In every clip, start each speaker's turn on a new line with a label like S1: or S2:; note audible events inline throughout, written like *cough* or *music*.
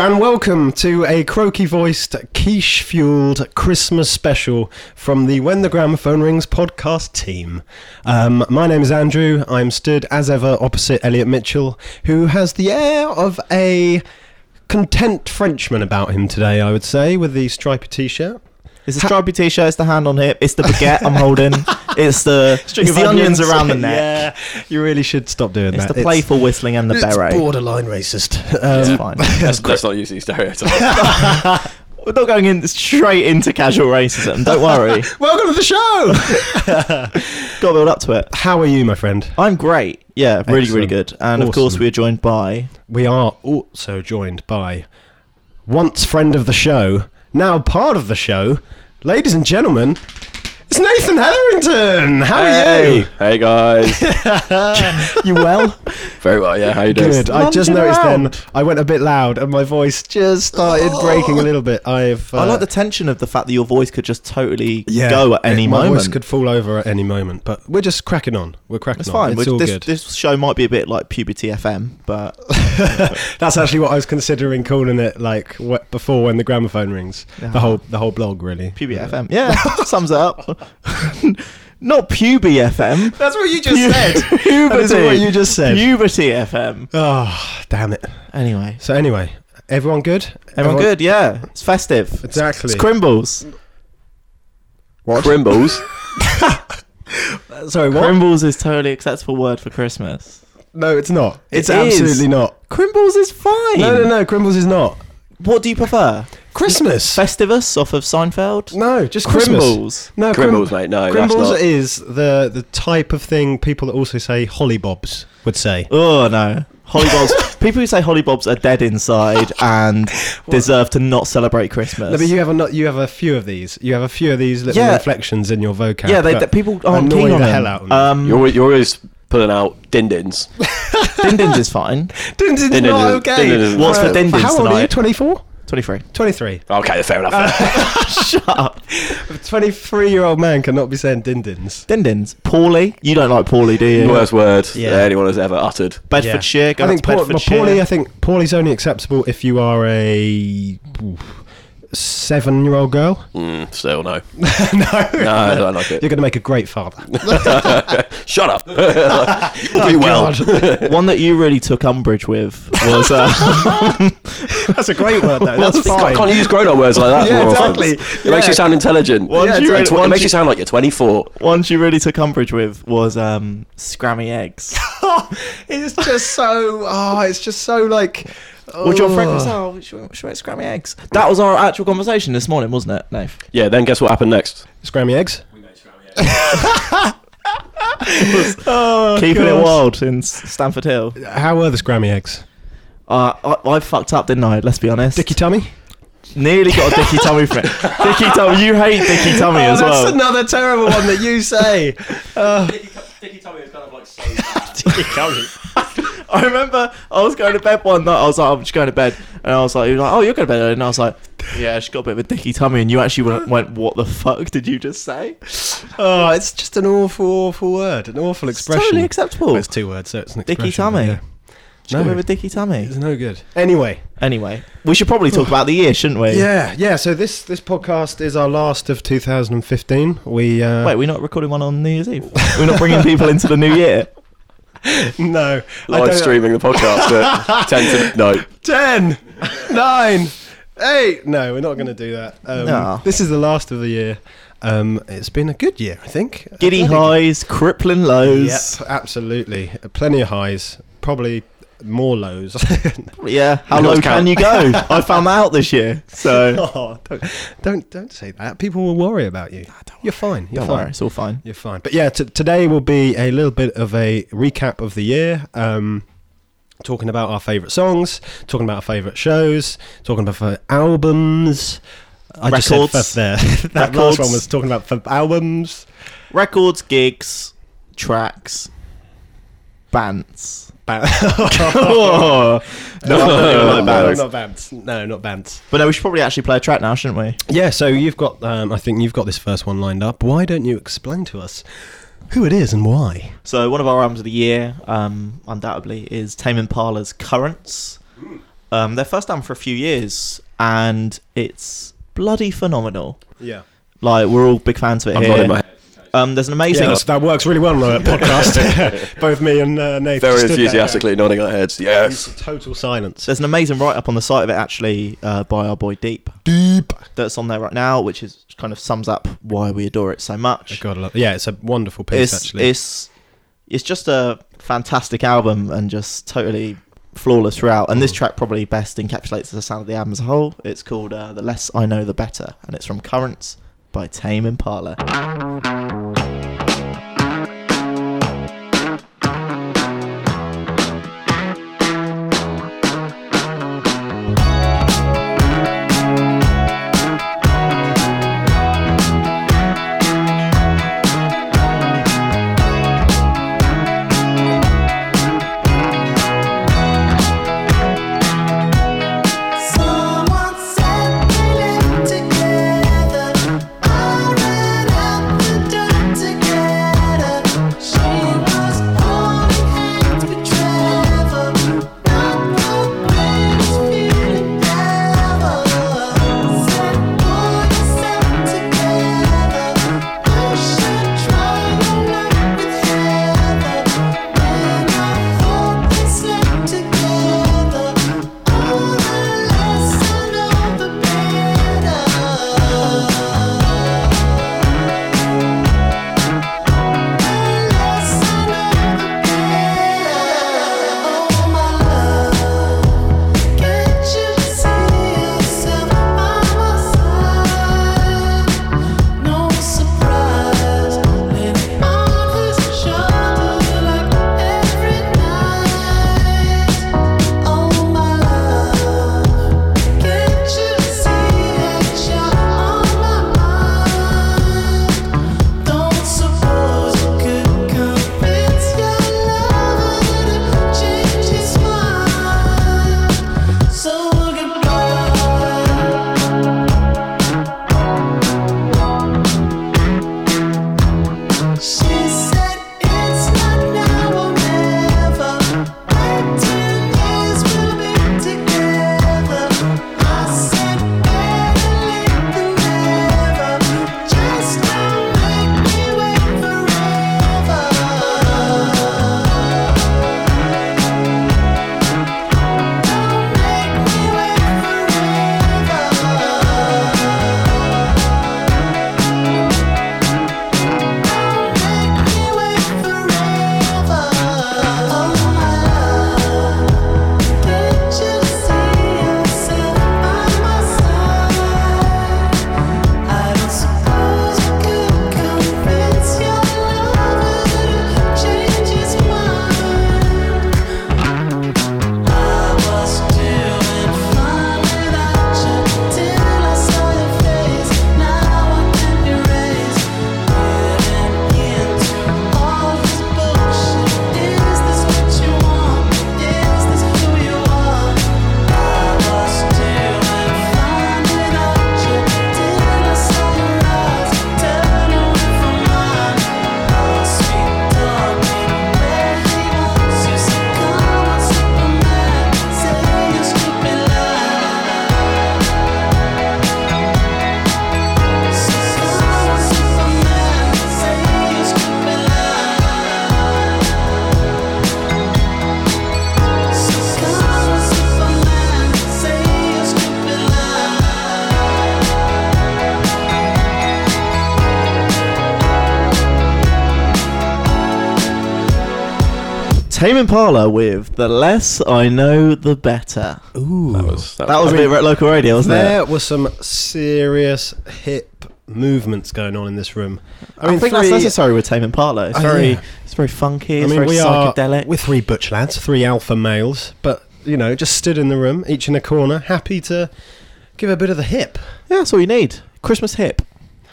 S1: and welcome to a croaky voiced, quiche fueled Christmas special from the When the Gramophone Rings podcast team. Um, my name is Andrew. I'm stood as ever opposite Elliot Mitchell, who has the air of a content Frenchman about him today, I would say, with the stripy t shirt.
S2: It's the stripy t-shirt. It's the hand on hip. It's the baguette I'm *laughs* holding. It's the it's the onions,
S1: *laughs*
S2: around *laughs* the neck.
S1: yeah, you really should stop doing
S2: It's
S1: that.
S2: the playful whistling and the
S1: it's
S2: beret.
S1: borderline racist.
S2: It's
S1: Um,
S2: fine.
S3: *laughs* Let's, let's not use
S1: *laughs*
S3: these stereotypes.
S2: We're not going in straight into casual racism. Don't *laughs* worry.
S1: Welcome to the show! *laughs*
S2: Got to build up to it.
S1: How are you, my friend?
S2: I'm great. Yeah, really, really
S1: Excellent.
S2: good. And of course,
S1: Awesome.
S2: we are joined by
S1: We are also joined by once friend of the show, now part of the show, ladies and gentlemen. It's Nathan Hetherington. How are you?
S3: Hey guys.
S1: *laughs* You well?
S3: Very well, yeah. How you doing?
S1: *laughs* Good. I just
S2: London
S1: noticed then
S2: round.
S1: I went a bit loud and my voice just started breaking a little bit. I've uh,
S2: Oh. I like the tension of the fact that your voice could just totally
S1: yeah,
S2: go at any
S1: it- My voice
S2: moment.
S1: could fall over at any moment, but we're just cracking on. We're cracking
S2: it's
S1: on.
S2: fine.
S1: It's
S2: We're-
S1: all *laughs*
S2: this,
S1: good.
S2: this show might be a bit like puberty FM,
S1: *laughs*
S2: but
S1: That's actually what I was considering calling it like wh- before when the gramophone rings. The
S2: Ah.
S1: whole the whole blog really.
S2: puberty FM. Yeah, sums
S1: *laughs*
S2: it up. *laughs* not puberty FM.
S1: That's what you
S2: Pu- *laughs* puberty.
S1: That is what you just said.
S2: Puberty FM.
S1: Oh, damn it.
S2: Anyway,
S1: So anyway, everyone good?
S2: everyone good? Yeah, it's festive.
S1: Exactly.
S2: It's Crimbles.
S1: What?
S3: Crimbles.
S1: Sorry, what?
S2: Crimbles is totally acceptable word for Christmas.
S1: no, it's not. It's
S2: It is.
S1: absolutely not.
S2: Crimbles is fine.
S1: No, no, no. Crimbles is not.
S2: What do you prefer?
S1: Christmas.
S2: Festivus off of Seinfeld.
S1: No, just Mm, Christmas.
S2: Crimbles.
S1: No, crim-
S3: Crimbles, mate. No, that's
S1: Crimbles
S3: not.
S1: is the the type of thing people that also say hollybobs would say.
S2: Oh no.
S1: *laughs*
S2: Hollybobs. People who say hollybobs are dead inside and deserve to not celebrate Christmas.
S1: No, but you have a not, you have a few of these. You have a few of these little
S2: Yeah.
S1: reflections in your vocab.
S2: yeah, they,
S1: that
S2: they- people aren't
S1: annoy
S2: keen on
S1: the
S2: them.
S1: hell out of me.
S2: um,
S3: You're, always- you're always pulling out
S1: *laughs*
S3: din-dins.
S2: Dindins is fine.
S1: Dindin's
S3: Dindin
S1: not
S3: is-
S1: okay.
S3: Dindin is-
S2: What's for Dindins
S1: How old are you?
S2: tonight?
S1: 24?
S2: 23.
S1: 23.
S3: Okay, fair enough.
S1: Uh,
S2: Shut up.
S1: 23 year old man cannot be saying dindins.
S2: Dindins. Paulie. You don't like Paulie, do you?
S3: Worst word
S1: Yeah.
S3: that anyone has ever uttered.
S2: Bedfordshire. Go
S1: I
S2: out
S1: think
S2: to
S1: Paul, well,
S2: Bedfordshire.
S1: Paulie. I think Paulie's only acceptable if you are a oof, seven-year-old girl.
S3: Mm,
S1: *laughs*
S3: still no. *laughs*
S1: no,
S3: No, I don't like
S1: you're
S3: it.
S1: going to make a great father. *laughs*
S3: Shut up. You'll
S1: Oh,
S3: do
S2: *laughs*
S3: well. *laughs*
S2: One that you really took umbrage with was uh,
S1: That's a great word, though. That's
S3: I
S1: fine.
S3: can't use grown-up words like
S1: *laughs*
S3: that.
S1: Yeah,
S3: more often.
S1: exactly.
S3: It makes
S1: Yeah.
S3: you sound intelligent.
S2: Once
S3: Yeah,
S2: you-
S3: it's like tw-
S2: once
S3: it makes
S2: you-
S3: you sound like you're 24.
S2: *laughs* one you really took umbrage with was um, scrammy eggs.
S1: *laughs* it's just so. Oh, it's just so like.
S2: *laughs* Which your friend was oh, should we, should we make scrammy eggs? That was our actual conversation this morning, wasn't it, Nath?
S3: Yeah, then guess what
S1: *laughs*
S3: happened next?
S1: Scrammy eggs. *laughs*
S2: Oh, Keeping
S1: gosh.
S2: it wild in S- Stamford Hill.
S1: How were the scrammy eggs?
S2: *laughs* Uh, I, I fucked up, didn't I? Let's be honest.
S1: Dicky tummy.
S2: Nearly got a Dicky *laughs* Tummy friend. Dicky Tummy, you hate Dicky Tummy as well.
S1: Oh, another terrible one that you
S2: *laughs*
S1: say. Oh,
S3: Dicky Tommy was kind of like so
S2: I remember I was going to bed one night. I was like, I'm just going to bed, and I was like, he was like, oh, you're going to bed, early. and I was like, yeah, she's got a bit of a dicky tummy, and you actually went, went what the fuck did you just say?
S1: Oh, it's just an awful, awful word. An awful
S2: It's
S1: expression.
S2: totally acceptable.
S1: Well, it's
S2: She's
S1: two words, so it's an
S2: Dicky
S1: expression, but
S2: tummy.
S1: yeah.
S2: got a bit
S1: No.
S2: of a dicky tummy.
S1: It's no good. Anyway,
S2: Anyway, we should probably talk about the year, shouldn't we?
S1: yeah, yeah. So this this podcast is our last of 2015. We uh,
S2: Wait, we're not recording one on New Year's Eve. we're not bringing people into the new year.
S1: *laughs* no I
S3: *laughs* live
S1: don't-
S3: streaming the podcast
S1: *laughs*
S3: at 10 to no.
S1: Ten, *laughs* nine, eight. No, we're not going to do that. Um,
S2: No.
S1: This is the last of the year. Um, it's been a good year, I think.
S2: Giddy
S1: Bloody-
S2: highs, crippling
S1: Yep,
S2: lows.
S1: absolutely. Plenty of highs. Probably more lows. *laughs*
S2: Yeah. How
S3: You
S2: low
S3: always
S2: can
S3: count.
S2: you go? I found that out this year. So
S1: *laughs* oh, don't, don't don't say that. People will worry about you. You're fine. You're
S2: don't
S1: fine.
S2: worry, it's all fine.
S1: You're fine. But yeah, t- today will be a little bit of a recap of the year. Um, talking about our favourite songs, talking about our favourite shows, talking about fa- albums. I just said
S2: Records.
S1: fuff there. *laughs* that last
S2: Records.
S1: one was talking about fa- albums.
S2: Records, gigs, tracks,
S3: *laughs*
S2: bands.
S1: Ba- *laughs*
S2: Oh,
S1: no,
S2: no,
S1: no,
S2: no,
S1: no,
S2: bands.
S1: not bands. No, not bands.
S2: But no, we should probably actually play a track now, shouldn't we?
S1: Yeah, so you've got, um, I think you've got this first one lined up. Why don't you explain to us who it is and why?
S2: So one of our albums of the year, um, undoubtedly, is Tame Impala's Currents. um, their first album for a few years, and it's bloody phenomenal.
S1: Yeah.
S2: Like we're all big fans of it
S3: I'm
S2: here.
S3: nodding my head.
S2: Um, there's an amazing.
S1: that's- that works really well on *laughs* a podcast. *laughs* Both me and uh, Nathan.
S3: *laughs* Very
S1: stood there, yeah.
S3: enthusiastically nodding our heads. Yes.
S1: Total silence.
S2: There's an amazing write up on the site of it actually uh, by our boy Deep
S1: Deep.
S2: that's on there right now, which is kind of sums up why we adore it so much.
S1: God, I love- yeah, it's a wonderful piece
S2: It's
S1: actually.
S2: it's it's just a fantastic album and just totally flawless throughout. And this track probably best encapsulates the sound of the album as a whole. It's called uh, "The Less I Know, The Better," and it's from Currents by Tame Impala.
S4: Someone said we together. I ran out the door together. She was holding hands with Trevor. Not the greatest feeling ever. Said put yourself together. I should try your luck with Heather. Then I hope we slept together. Oh, the less I know, the better. The less I know, the better. Oh, my love, can't you see yourself by my side? No surprise, leaning on his shoulder like every night. Oh my love, can't you see that you're on my mind? Don't suppose you could convince your lover to change his mind. So goodbye. She said it's not now or never. Like ten years we'll be together. I said better late than never. Just don't make me wait forever. Don't make me wait forever.
S2: Tame Impala with "The Less I Know, The Better."
S1: Ooh.
S3: That was, that
S2: That was a bit re- local radio, wasn't it?
S1: There were some serious hip movements going on in this room.
S2: I, think that's necessary with Tame Impala. It's
S1: Oh,
S2: very,
S1: yeah.
S2: it's very
S1: I
S2: funky. It's
S1: mean,
S2: very
S1: we are
S2: psychedelic.
S1: we're three butch lads, three alpha males, but you know, just stood in the room, each in a corner, happy to give a bit of the hip.
S2: yeah, that's all you need. Christmas hip.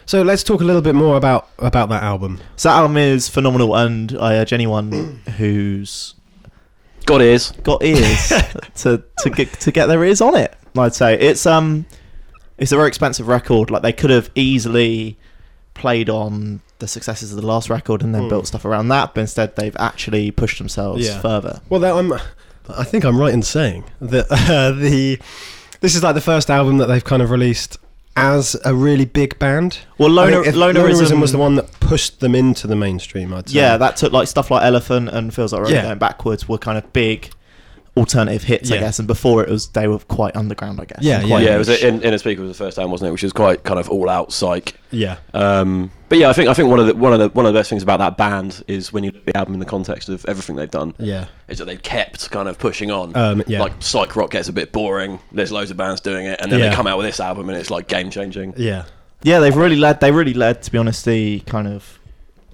S1: So let's talk a little bit more about about that album.
S2: So that album is phenomenal, and I
S1: *clears throat*
S2: urge anyone who's
S3: God is.
S1: *laughs*
S2: got ears to to get to get their ears on it. I'd say it's um it's a very expensive record. Like they could have easily played on the successes of the last record and then
S1: Mm.
S2: built stuff around that, um, but instead they've actually pushed themselves
S1: Yeah.
S2: further.
S1: Well, that, I'm I think I'm right in saying that *laughs* uh, the this is like the first album that they've kind of released as a really big band.
S2: Well,
S1: I
S2: Loner,
S1: think if
S2: Lonerism
S1: Lonerism was the one that pushed them into the mainstream. I'd say.
S2: Yeah, that took like stuff like Elephant and Feels Like Road
S1: Yeah.
S2: Going Backwards were kind of big alternative hits, I
S1: Yeah.
S2: guess. And before it was, they were quite underground, I guess.
S1: Yeah,
S2: and
S1: yeah.
S2: quite
S3: yeah, it was
S2: niche.
S3: in, in a speaker was the first time, wasn't it? Which was quite kind of all out psych.
S1: yeah.
S3: Um, but yeah, I think I think one of the one of the one of the best things about that band is when you look at the album in the context of everything they've done.
S1: Yeah.
S3: is that they kept kind of pushing on.
S1: Um, yeah.
S3: Like psych rock gets a bit boring. There's loads of bands doing it, and then
S1: Yeah.
S3: they come out with this album, and it's like game changing.
S1: Yeah.
S2: Yeah, they've really led. They really led, to be honest, the kind of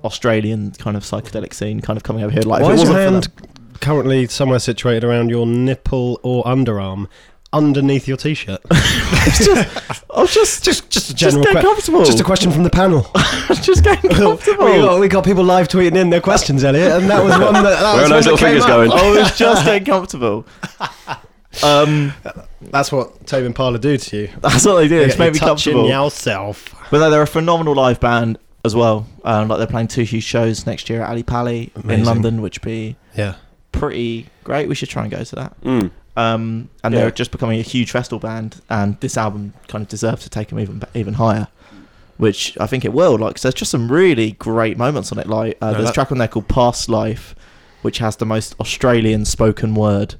S2: Australian kind of psychedelic scene, kind of coming over here. Like,
S1: Why
S2: if it
S1: is your
S2: wasn't for
S1: hand
S2: them-
S1: currently somewhere situated around your nipple or underarm, underneath your
S2: *laughs*
S1: t-shirt?
S2: It's *laughs* just, I was just, just,
S1: just a
S2: general get que- comfortable.
S1: Just a question from the panel.
S2: *laughs* just
S1: *laughs*
S2: getting
S1: we,
S2: comfortable.
S1: got, we got people live tweeting in their questions, Elliot, and that was one that, that
S3: Where
S1: was
S3: are those
S1: one
S3: little
S1: that came
S3: fingers
S1: up.
S3: going?
S1: *laughs*
S2: I was just getting comfortable. Um,
S1: That's what Tobin Parler do to you.
S2: that's what they do. It's
S1: Get you
S2: made me
S1: touching
S2: comfortable.
S1: yourself.
S2: But no, they're a phenomenal live band as well. Um, like they're playing two huge shows next year at Ali Pali
S1: Amazing.
S2: in London, which would be
S1: Yeah.
S2: pretty great. We should try and go to that.
S3: Mm.
S2: Um, and
S3: Yeah.
S2: they're just becoming a huge festival band, and this album kind of deserves to take them even even higher, which I think it will. Like, 'cause there's just some really great moments on it. Like, uh,
S1: No,
S2: there's
S1: that-
S2: a track on there called "Past Life," which has the most Australian spoken word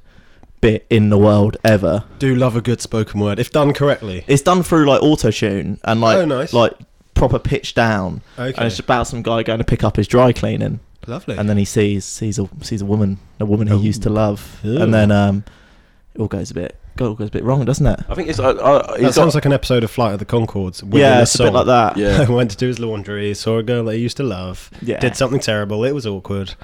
S2: bit in the world ever.
S1: Do love a good spoken word if done correctly.
S2: It's done through like auto tune and like
S1: Oh, nice.
S2: like proper pitch down. And
S1: Okay.
S2: it's about some guy going to pick up his dry cleaning,
S1: Lovely.
S2: and then he sees sees a sees a woman, a woman he
S1: Oh.
S2: used to love,
S1: Ooh.
S2: and then um, it all goes a bit it all goes a bit wrong, doesn't it?
S3: I think it's. I I
S1: that
S3: he's
S1: sounds
S3: got,
S1: like an episode of Flight of the Concords.
S2: yeah, it's a bit
S1: *laughs*
S2: like that.
S3: yeah.
S1: Went to do his laundry, saw a girl that he used to love,
S2: Yeah.
S1: did something terrible. It was awkward.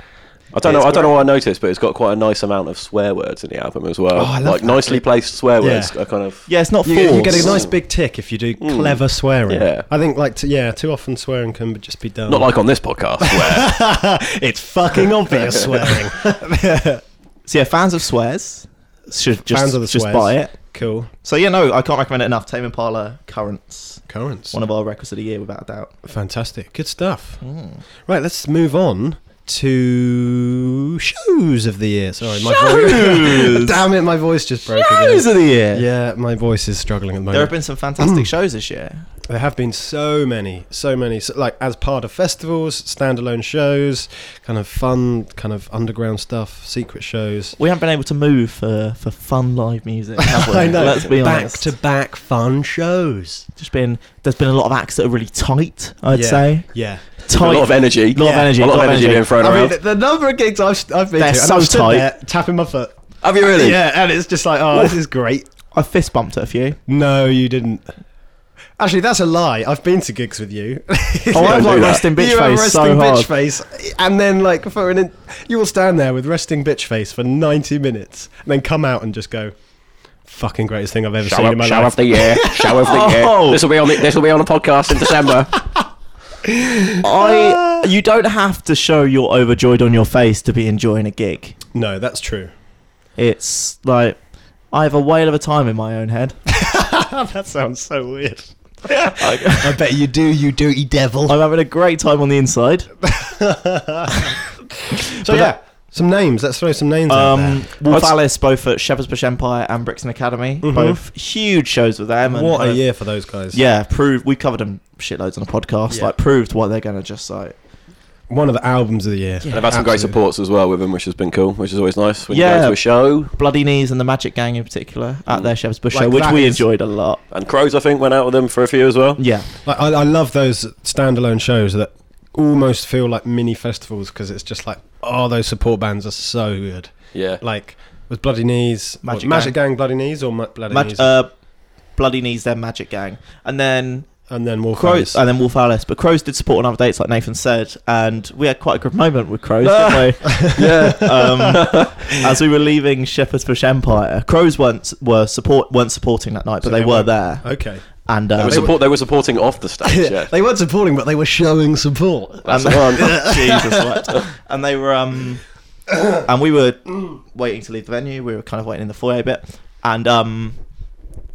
S3: I don't know.
S2: It's
S3: I don't know what I noticed, but it's got quite a nice amount of swear words in the album as well.
S1: Oh, I love
S3: like
S1: that.
S3: nicely placed swear
S1: Yeah.
S3: words. Are kind of.
S2: Yeah, it's not
S1: You,
S2: forced.
S1: you get a nice big tick if you do
S3: Mm.
S1: clever swearing.
S3: Yeah.
S1: I think like t- yeah, too often swearing can just be done. *laughs*
S3: Not like on this podcast. Where
S1: it's fucking obvious swearing.
S2: so yeah, fans of swears should just
S1: Fans of the
S2: just
S1: swears.
S2: buy it.
S1: Cool.
S2: So yeah, no, I can't recommend it enough. Tame Impala, Currents,
S1: Currents.
S2: one of our records of the year without a doubt.
S1: Fantastic. Good stuff. Right, let's move on to shows of the year. Sorry, my voice. *laughs*
S2: Shows!
S1: Damn it, my voice just broke
S2: Shows
S1: again.
S2: of the year.
S1: Yeah, my voice is struggling at the moment.
S2: There have been some fantastic shows this year.
S1: There have been so many, so many, so, like as part of festivals, standalone shows, kind of fun, kind of underground stuff, secret shows.
S2: We haven't been able to move for, for fun live music, have we?
S1: I know.
S2: Let's be
S1: back
S2: honest.
S1: to back fun shows.
S2: just been there's been a lot of acts that are really tight. I'd
S1: Yeah.
S2: say
S1: Yeah.
S3: a
S2: tight,
S3: lot of energy.
S2: lot of
S1: Yeah.
S2: energy,
S3: A lot of energy being thrown
S1: I mean,
S3: around.
S1: the, the number of gigs I've, I've been
S2: They're
S1: to, and
S2: so
S1: I've stood
S2: tight.
S1: there tapping my foot.
S3: Have you really?
S1: Yeah, and it's just like, oh, this is great.
S2: I fist bumped at a few.
S1: No, you didn't. Actually, that's a lie. I've been to gigs with you. *laughs*
S2: Oh,
S3: Don't
S2: I'm
S3: do
S2: like
S3: that.
S2: resting bitch
S1: you were
S2: face
S1: resting
S2: so
S1: bitch
S2: hard.
S1: face, and then like for an, in- you will stand there with resting bitch face for ninety minutes, and then come out and just go, "Fucking greatest thing I've ever seen
S3: Shower,
S1: in my
S3: shower
S1: life."
S3: of the year. Shower of the
S2: *laughs* Oh.
S3: year. This will be on. This will be on a podcast in December.
S2: *laughs* I you don't have to show you're overjoyed on your face to be enjoying a gig.
S1: no, that's true.
S2: It's like I have a whale of a time in my
S1: *laughs*
S2: own head.
S1: that sounds so weird.
S2: Like,
S1: I bet you do, you dirty devil.
S2: I'm having a great time on the inside.
S1: So yeah, some names. Let's throw some names out there.
S2: Um, Wolf
S3: I'd-
S2: Alice, both at Shepherd's Bush Empire and Brixton Academy,
S1: Mhm.
S2: both huge shows with them. And
S1: What
S2: kind
S1: a
S2: of-
S1: year for those guys.
S2: Yeah, proved. We covered them shitloads on a podcast.
S1: Yeah.
S2: Like proved what they're gonna just like.
S1: one of the albums of the year.
S2: Yeah.
S3: They've had some great
S1: Absolutely.
S3: supports as well with him, which has been cool, which is always nice when you
S2: Yeah.
S3: go to a show.
S2: Bloody Knees and the Magic Gang in particular at their Shepherd's Bush
S1: Mm. Like
S2: show, which
S1: that
S2: we
S1: is-
S2: enjoyed a lot.
S3: And Crows, I think, went out with them for a few as well.
S1: Mm.
S2: Yeah,
S1: Like, I, I love those standalone shows that almost feel like mini festivals because it's just like, oh, those support bands are so good.
S3: Yeah.
S1: Like with Bloody Knees,
S2: Magic
S1: what, Magic Gang, Bloody Knees, or Ma- Bloody
S2: Mag-
S1: Knees,
S2: uh, Bloody Knees, then Magic Gang, and then
S1: and then Wolf
S2: Crows,
S1: Crows.
S2: and then Wolf Alice. But Crows did support on other dates, like Nathan said, and we had quite a good moment with Crows, didn't we?
S3: yeah.
S2: *laughs* Um, as we were leaving Shepherd's Bush Empire, Crows weren't were support weren't supporting that night, but
S1: So
S2: they,
S1: they
S2: were
S1: weren't-
S2: there.
S1: *laughs* Okay.
S2: And
S3: They
S2: uh,
S3: *laughs* were, *laughs* support, they were supporting off the
S2: *laughs*
S3: stage, yeah.
S1: *laughs* they weren't supporting, but they were showing support.
S2: and *laughs*
S3: the one.
S2: Jesus, what? *laughs* and they were um, and we were waiting to leave the venue. We were kind of waiting in the foyer a bit, and um,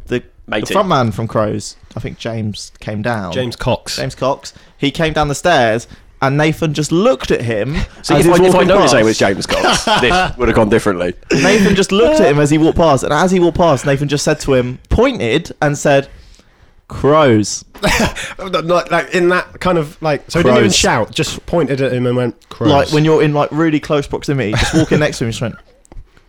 S2: the the
S3: Matey.
S2: front man from Crows, I think James came down.
S1: James Cox.
S2: James Cox. He came down the stairs. and Nathan just looked at him.
S3: See,
S2: as
S3: if,
S2: he
S3: I,
S2: was
S3: if I'd
S2: walking
S3: known his
S2: past.
S3: name was
S2: *laughs*
S3: James Cox, this would have gone differently.
S2: Nathan just looked at him as he walked past, and as he walked past, Nathan just said to him, pointed, and said, "Crows."
S1: Oh, Like, like in that kind of like, so he didn't even
S2: Crows.
S1: shout, just pointed at him and went, crows.
S2: Like when you're in like really close proximity, just walking next to him, just went,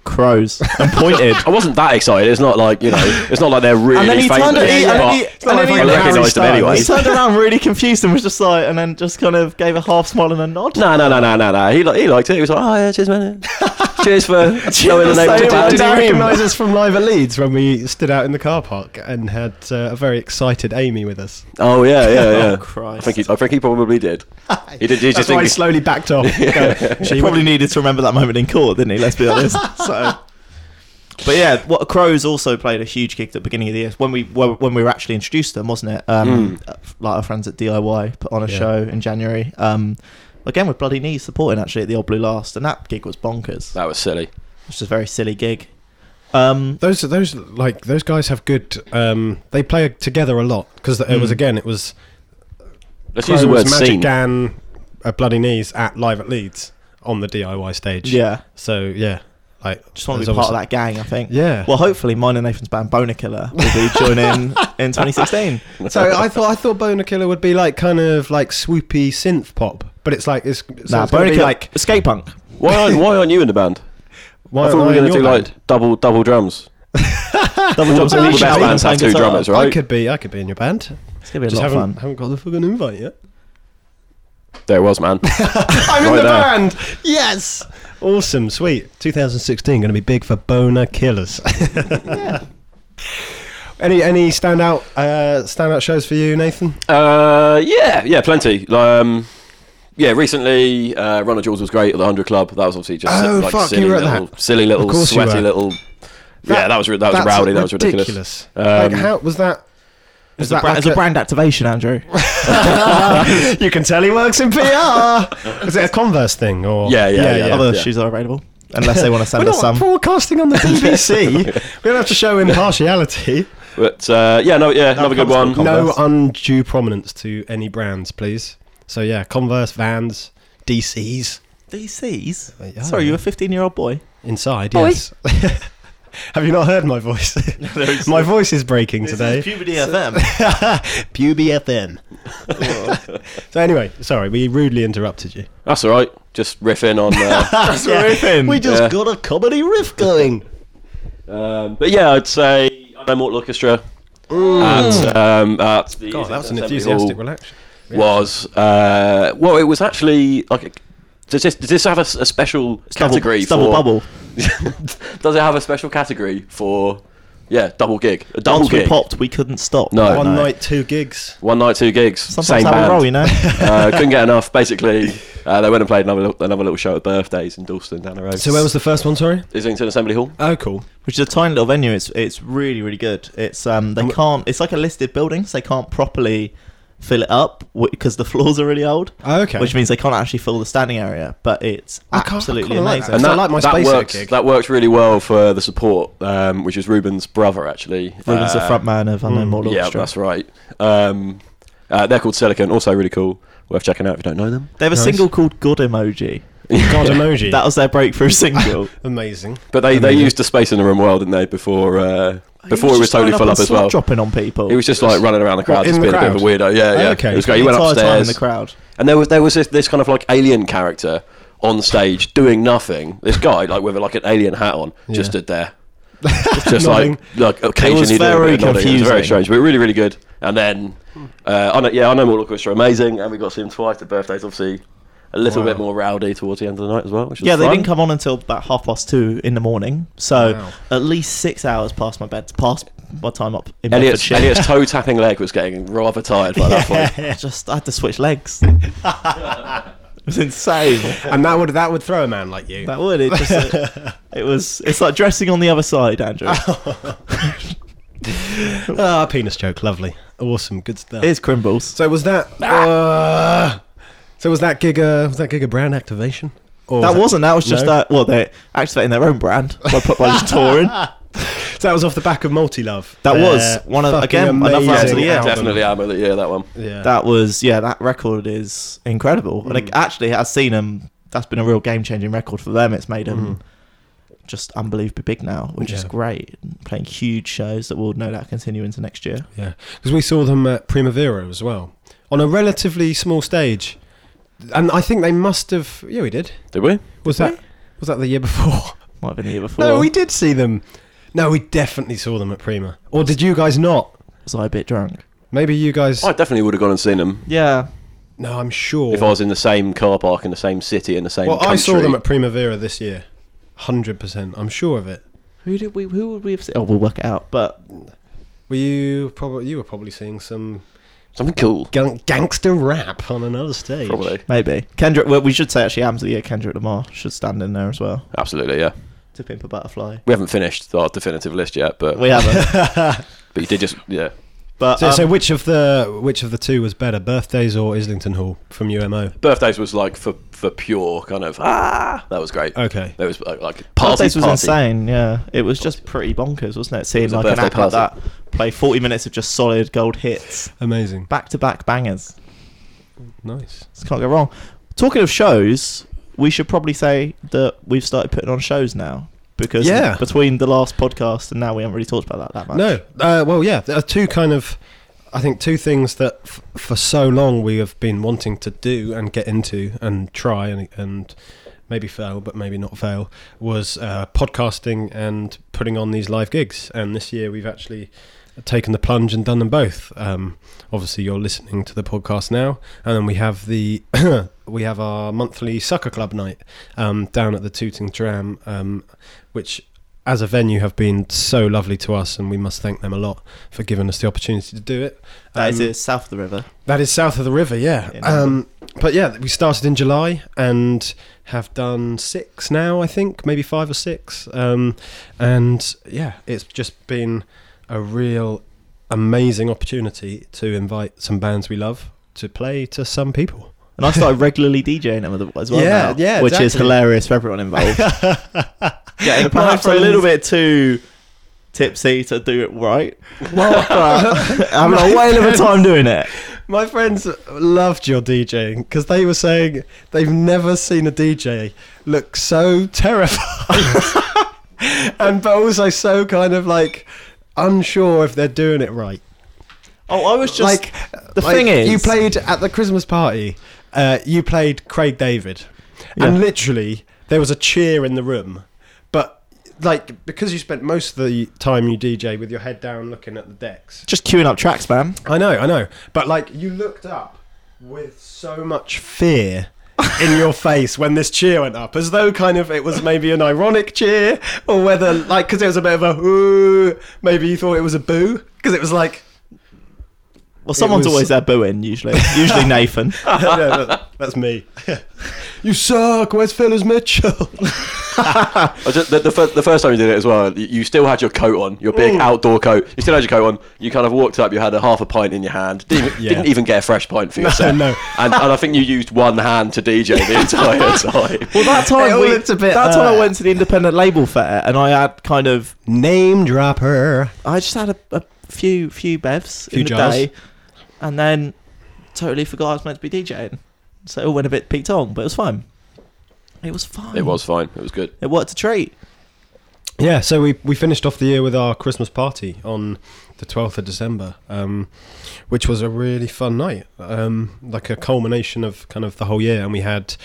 S2: "Crows," and pointed.
S3: I wasn't that excited. It's not like you know, it's not like they're
S2: *laughs*
S3: really
S2: And then he
S3: famous.
S2: turned, he, and
S3: but
S2: then he,
S1: not
S2: and
S1: like
S2: then
S3: I
S1: fucking
S2: he-
S1: Harry
S3: recognised him
S1: Styles.
S3: anyway.
S2: he turned around really confused and was just like, and then just kind of gave a half smile and a nod.
S3: No, no, no, no, no, no. He, li- he liked it. He was like, oh, yeah, cheers,
S1: *laughs*
S3: man. cheers for knowing the
S2: Same
S3: name of the
S2: with
S1: Did
S3: band.
S1: he
S2: Damn.
S1: recognise us from live at Leeds when we stood out in the car park and had uh, a very excited Amy with us?
S3: Oh, yeah, yeah,
S2: Oh,
S3: yeah. I,
S2: Christ.
S3: think he, I think he probably did.
S1: *laughs*
S3: He did. He
S1: That's
S3: just
S1: why
S3: think
S1: he slowly backed *laughs* off.
S2: She probably needed to remember that moment in court, didn't he? Let's be honest. So, but yeah, what Crows also played a huge gig at the beginning of the year when we were, when we were actually introduced to them, wasn't it? Um,
S1: Hmm.
S2: uh, Like our friends at DIY put on a
S1: Yeah.
S2: show in January. Um, again with bloody knees supporting actually at the Old Blue Last, and that gig was bonkers.
S3: that was silly.
S2: Which is a very silly gig. Um,
S1: those those like those guys have good. Um, they play together a lot because it was
S2: Mm.
S1: again it was
S3: Let's use the
S1: Crows,
S3: word
S1: Magic
S3: scene. *laughs*
S1: Dan, uh, Bloody Knees at live at Leeds on the DIY stage.
S2: yeah,
S1: So yeah, like
S2: just want to
S1: there's
S2: be part of
S1: always-
S2: that gang. I think.
S1: Yeah.
S2: Well, hopefully, mine and Nathan's band Boner Killer will be joining
S1: *laughs*
S2: in 2016.
S1: so I thought I thought Boner Killer would be like kind of like swoopy synth pop, but it's like it's, so
S2: nah,
S1: it's gonna
S2: Boner
S1: be
S2: Killer,
S1: like
S2: skate punk.
S3: Why aren't, why aren't you in the band?
S1: why
S3: I thought we
S1: aren't
S3: were
S1: I in
S3: going to do
S1: your band?
S3: like double
S1: *laughs*
S3: double drums.
S2: Double
S3: All
S2: drums
S3: the
S2: and
S3: best
S2: lead
S3: bands
S2: and
S3: have two
S2: guitar.
S3: drummers,
S1: I
S3: right?
S1: could be I could be in your band.
S2: It's gonna be a
S1: Just
S2: lot of
S1: haven't
S2: fun.
S1: haven't got the fucking invite yet.
S3: There it was, man.
S1: I'm in
S3: Right
S1: the
S3: there.
S1: band. Yes. Awesome, sweet. 2016 going to be big for boner killers. *laughs*
S2: Yeah.
S1: any any standout uh, standout shows for you, Nathan?
S3: Uh, yeah, yeah, plenty. Um, yeah, recently, uh, Ronald Jules was great at the Hundred Club. That was obviously just
S1: Oh,
S3: like
S1: fuck,
S3: silly,
S1: you were at
S3: little,
S1: that.
S3: silly
S1: Of
S3: little,
S1: course you
S3: sweaty
S1: were.
S3: little. yeah, that was ri- that was
S1: That's
S3: rowdy. That was ridiculous.
S1: ridiculous.
S3: Um,
S1: like how was that?
S2: It's
S1: Was
S2: a,
S1: that
S2: bra-
S1: like
S2: it's a brand activation, Andrew.
S1: *laughs* you can tell he works in
S3: *laughs*
S1: PR. Is it a Converse thing or?
S3: Yeah, yeah, yeah.
S2: Other
S3: yeah.
S2: shoes are available *laughs* unless they want to
S1: We're
S2: send
S1: not
S2: us some.
S1: broadcasting *laughs* on the BBC. we don't have to show impartiality.
S3: But uh, yeah, no, yeah, *laughs* another good
S2: comes
S3: one.
S2: from
S1: No
S2: Converse.
S1: undue prominence to any brands, please. So yeah, Converse, Vans, DCs.
S2: DCs.
S1: They are,
S2: Sorry, you're
S1: yeah.
S2: a 15 year old boy.
S1: Inside, yes. *laughs* Have you not heard my
S3: *laughs*
S1: voice? my voice is breaking today.
S2: puberty FM.
S1: *laughs* Puby FM. so anyway, sorry, we rudely interrupted you.
S3: That's all right. Just riffing on.
S1: *laughs*
S3: Uh,
S2: *laughs* That's riffing.
S1: We just
S3: Yeah.
S1: got a comedy riff going.
S3: um, but yeah, I'd say I know Mort Orchestra
S1: Mm.
S3: at um, at the.
S1: God, that was an
S3: Assembly
S1: enthusiastic
S3: Hall.
S1: reaction.
S3: was uh, well, it was actually like. a- Does this, does this have a, s- a special category
S2: double,
S3: for
S2: double bubble.
S3: *laughs* Does it have a special category for yeah double gig? A double
S2: Once
S3: gig.
S2: we popped, we couldn't stop.
S3: No.
S2: I
S1: One
S2: know.
S1: night, two gigs.
S3: One night, two gigs.
S2: Sometimes
S3: same
S2: how
S3: band.
S2: we roll, you
S3: *laughs*
S2: know.
S3: uh, couldn't get enough. Basically, uh, they went and played another little, another little show at birthdays in Dalston down the road.
S1: So uh, where was the first one? Sorry.
S3: Islington Assembly Hall?
S1: Oh, cool.
S2: Which is a tiny little venue. It's it's really really good. It's um they
S1: And wh-
S2: can't. It's like a listed building, so they can't properly fill it up because the floors are really old.
S1: Oh, okay.
S2: Which means they can't actually fill the standing area, but it's
S1: I can't- I
S2: absolutely
S1: kinda like
S2: amazing.
S1: that. So I like my
S3: that
S1: SpaceX
S3: worked.
S1: gig.
S3: That worked really well for the support, um, which is Ruben's brother actually.
S2: Ruben's the
S3: Uh,
S2: front man of Unknown Mortal
S3: Yeah,
S2: Orchestra.
S3: that's right. Um, uh, they're called Silicon. Also really cool. Worth checking out if you don't know them.
S2: They have a
S1: Nice.
S2: single called God Emoji.
S3: *laughs*
S1: God emoji.
S2: That was their *laughs* breakthrough single.
S1: Amazing.
S3: But they, they
S1: Amazing.
S3: used the space in the room well, didn't they? Before uh, before it was
S2: just
S3: totally
S2: going up
S3: full
S2: and
S3: up as
S2: slap
S3: well.
S2: dropping on people.
S3: He was just like running around the
S1: What,
S3: crowd,
S1: in
S3: just
S1: the
S3: being a bit of a
S1: crowd?
S3: weirdo. Yeah, yeah.
S1: okay.
S3: It was great. He
S2: the
S3: went
S2: entire time in
S3: upstairs,
S2: the crowd.
S3: and there was there was this, this kind of like alien character on stage doing nothing. This guy, like with like an alien hat on, just
S1: Yeah.
S3: stood there, just like
S1: Nodding.
S3: like occasionally doing a
S2: very
S3: bit of nodding. It was
S2: confusing.
S3: very strange, but really really good. And then, uh, I know, yeah, I know Mortal Orchestra are amazing, and we got to see them twice at birthdays. Obviously, a little
S1: Wow.
S3: bit more rowdy towards the end of the night as well. Which was
S2: Yeah, they
S3: fun.
S2: didn't come on until about half past two in the morning. So
S1: Wow.
S2: at least six hours past my bed, past my time up in
S3: Elliot's,
S2: Bedfordshire. *laughs*
S3: Elliot's toe tapping leg was getting rather tired by that point.
S2: I just I had to switch *laughs* legs. it was *laughs* insane.
S1: And that would that would throw a man like you.
S2: That would it just it, was it's like dressing on the other side, Andrew.
S1: Ah, penis joke. Lovely. Awesome. Good stuff. Ah.
S2: It is Crimbles.
S1: So was that? Uh, so was that gig? A, was that gig a brand activation? Or
S2: That wasn't. That *laughs* was just
S1: No?
S2: that. Well, they're activating their own brand by, by just touring.
S1: So that was off the back of Multi Love.
S2: That was one of- again, another
S1: amazing
S2: round of the year.
S1: album.
S3: Definitely album of the year, that one.
S1: Yeah.
S2: That was yeah, that record is incredible. And
S1: Mm.
S2: it, actually, I've seen them. That's been a real game-changing record for them. It's made them just unbelievably big now, which is
S1: Mm. Yeah.
S2: great. Playing huge shows that will no doubt continue into next year.
S1: Yeah, because we saw them at Primavera as well on a relatively small stage, and I think they must have. Yeah, we did.
S3: Did we?
S1: Was that was that the year before? *laughs*
S2: Might have been the year before.
S1: No, we did see them. No, we definitely saw them at Prima. Or did you guys not?
S2: was I a bit drunk?
S1: Maybe you guys.
S3: I definitely would have gone and seen them
S2: Yeah,
S1: no, I'm sure.
S3: if I was in the same car park in the same city in the same.
S1: well, I saw
S3: country.
S1: them at Primavera this year. Hundred percent. I'm sure of it.
S2: who did we? Who would we have seen? Oh, we'll work it out. But
S1: Were you probably you were probably seeing some
S3: something cool.
S1: gang- gangster rap on another stage?
S3: Probably,
S2: maybe Kendrick. Well, we should say actually, Am's of the year. Kendrick Lamar should stand in there as well.
S3: absolutely, yeah.
S2: To pimp a butterfly.
S3: We haven't finished our definitive list yet, but
S2: We haven't.
S1: *laughs*
S3: but you did just yeah.
S2: But
S1: So,
S2: um,
S1: so which of the which of the two was better, Birthdays or Islington Hall from UMO?
S3: Birthdays was like for for pure kind of ah that was great.
S1: Okay.
S3: That was uh, like
S2: Party,
S3: party
S2: was
S3: party.
S2: insane, yeah. It was just pretty bonkers, wasn't it? Seeing
S3: was a
S2: like an
S3: birthday
S2: act like that play 40 minutes of just solid gold hits,
S1: Amazing.
S2: back to back bangers.
S1: Nice.
S2: This can't go wrong. Talking of shows, we should probably say that we've started putting on shows now because
S1: Yeah.
S2: between the last podcast and now we haven't really talked about that that much.
S1: No. Uh, well, yeah. There are two kind of, I think, two things that f- for so long we have been wanting to do and get into and try and and maybe fail, but maybe not fail, was uh, podcasting and putting on these live gigs. And this year we've actually taken the plunge and done them both. Um, obviously, you're listening to the podcast now, and then we have the *coughs* we have our monthly sucker club night um, down at the Tooting Tram, um, which as a venue have been so lovely to us, and we must thank them a lot for giving us the opportunity to do it.
S2: That is
S1: Um,
S2: it, south of the river.
S1: that is south of the river, yeah.
S2: In
S1: Um, but yeah, we started in July and have done six now, I think, maybe five or six. Um, and yeah, it's just been a real amazing opportunity to invite some bands we love to play to some people.
S2: And I started regularly DJing them as well.
S1: Yeah,
S2: now,
S1: yeah,
S2: Which is
S1: exactly.
S2: hilarious for
S1: *laughs*
S2: everyone involved.
S3: Yeah, in
S2: Perhaps
S3: Parklands-
S2: a little bit too tipsy to do it right. *laughs*
S1: uh,
S2: But I'm a whale of a time doing it.
S1: My friends loved your DJing because they were saying they've never seen a DJ look so terrified *laughs* and but also so kind of like unsure if they're doing it right.
S2: Oh, I was just
S1: like
S2: the
S1: like,
S2: thing is,
S1: you played at the Christmas party. Uh, you played Craig David, and
S2: Yeah.
S1: literally there was a cheer in the room, but like because you spent most of the time you DJ with your head down looking at the decks.
S2: just queuing up tracks, man.
S1: I know, I know. But like you looked up with so much fear in *laughs* your face when this cheer went up, as though kind of it was maybe an ironic cheer, or whether like because it was a bit of a ooh, maybe you thought it was a boo because it was like
S2: Well, someone's
S1: was-
S2: always there booing. Usually,
S1: *laughs*
S2: usually Nathan.
S1: no, no, that- that's me. *laughs* you suck. Where's Phyllis Mitchell? *laughs*
S3: I just, the, the, fir- the first time you did it as well, y- you still had your coat on, your big outdoor coat. You still had your coat on. You kind of walked up. You had a half a pint in your hand. Didn't,
S1: *laughs*
S3: even-
S1: Yeah.
S3: didn't even get a fresh pint
S1: *laughs*
S3: for yourself.
S1: no.
S3: And, and I think you used one hand to DJ
S1: *laughs*
S3: the entire time.
S2: Well, that
S1: It
S2: time
S1: all
S2: we,
S1: looked a bit,
S2: that time
S1: uh,
S2: I went to the independent label fair, and I had kind of,
S1: Name dropper.
S2: I just had a, a few few bevs
S1: Few
S2: in the
S1: jars.
S2: day, and then totally forgot I was meant to be DJing, so it all went a bit peaked on, but it was fine. It was fine.
S3: It was fine. It was good.
S2: It worked a treat.
S1: Yeah, so we, we finished off the year with our Christmas party on the 12th of December, um, which was a really fun night, um, like a culmination of kind of the whole year. And we had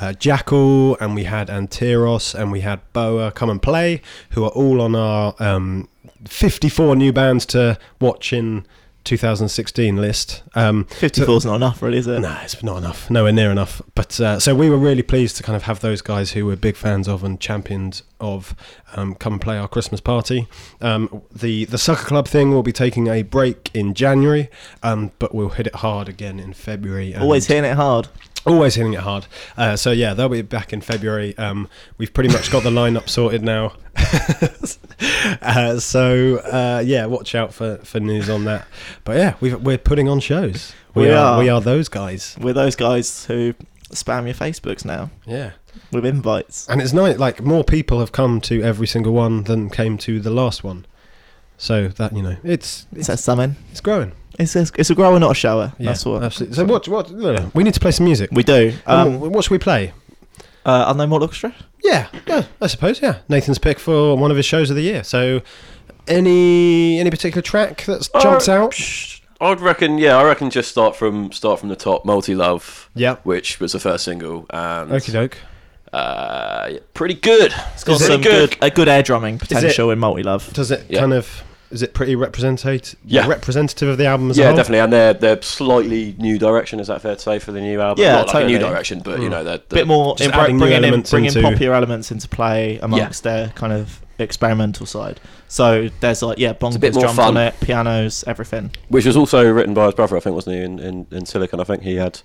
S1: uh, Jackal, and we had Antiros, and we had Boa Come and Play, who are all on our um, 54 new bands to watch in 2016 list. Um,
S2: Fifty four's not enough, really, is it?
S1: no, it's not enough. Nowhere near enough. But uh, so we were really pleased to kind of have those guys who we're big fans of and champions of um, come and play our Christmas party. Um, the the soccer club thing will be taking a break in January, um, but we'll hit it hard again in February. and-
S2: Always hitting it hard.
S1: always hitting it hard. Uh, so yeah, they'll be back in February. Um, we've pretty much got the lineup sorted now. *laughs* uh, so uh, yeah, watch out for, for news on that. But yeah, we've, we're putting on shows. We,
S2: We
S1: are
S2: are.
S1: we are those guys.
S2: We're those guys who spam your Facebooks now
S1: Yeah.
S2: with invites.
S1: And it's nice, like more people have come to every single one than came to the last one. So that you know, it's
S2: It says something.
S1: it's growing.
S2: It's a, it's a grower, not a shower.
S1: Yeah,
S2: That's what
S1: Absolutely. So what? What? no, we need to play some music.
S2: we do.
S1: Um,
S2: Um,
S1: what should we play?
S2: uh, Unknown Mortal Orchestra.
S1: Yeah, yeah, I suppose. Yeah, Nathan's pick for one of his shows of the year. So, any any particular track that's jumps
S3: Uh,
S1: out?
S3: psh, I'd reckon. Yeah, I reckon just start from start from the top. Multi Love.
S1: Yeah.
S3: Which was the first single and
S1: Okie doke.
S3: uh, yeah, pretty good.
S2: It's got
S1: Is it
S2: some good,
S3: good?
S2: a good air drumming potential in Multi Love.
S1: Does it
S3: Yeah.
S1: kind of is it pretty representative?
S3: Yeah.
S1: representative of the album as a
S3: yeah,
S1: whole?
S3: definitely. And they're they're slightly new direction. Is that fair to say for the new album?
S2: Yeah,
S3: Not like a new
S2: totally.
S3: direction, but
S1: Hmm.
S3: you know they're,
S2: A
S3: they're
S2: bit more
S1: Just
S2: in-
S1: adding new
S2: bringing in
S1: elements
S2: bringing
S1: into-
S2: poppier elements into play amongst their kind of experimental side. So there's like yeah,
S3: a
S2: bongos,
S3: bit more
S2: drums
S3: fun.
S2: on it, pianos, everything.
S3: Which was also written by his brother, I think, wasn't he? In in, in Silicon, I think he had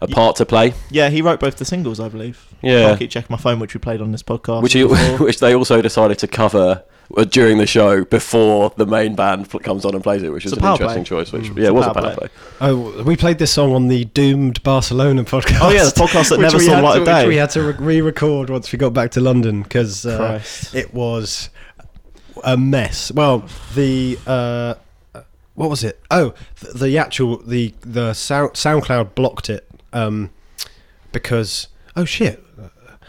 S3: a
S2: Ye-
S3: part to play.
S2: Yeah, he wrote both the singles, I believe.
S3: Yeah.
S2: I keep checking my phone, which we played on this podcast.
S3: which he,
S1: *laughs*
S2: before.
S3: *laughs* which they also decided to cover uh, during the show before the main band pl- comes on and plays it, which
S2: It's a
S3: is an
S2: power
S3: interesting
S2: play.
S3: choice. Which
S1: Hmm.
S2: Mm,
S3: yeah,
S2: it's a
S3: it was a
S2: power
S3: power
S2: play.
S3: play.
S1: Oh, we played this song on the doomed Barcelona podcast.
S2: Oh, yeah, the podcast
S1: which
S2: that never
S1: we
S2: saw
S1: had
S2: the light
S1: to-
S2: of day.
S1: Which we had to re- re-record once we got back to London because uh,
S2: Christ.
S1: it was a mess. Well, the uh, what was it? Oh, the, the actual the the Sound, SoundCloud blocked it um, because oh shit.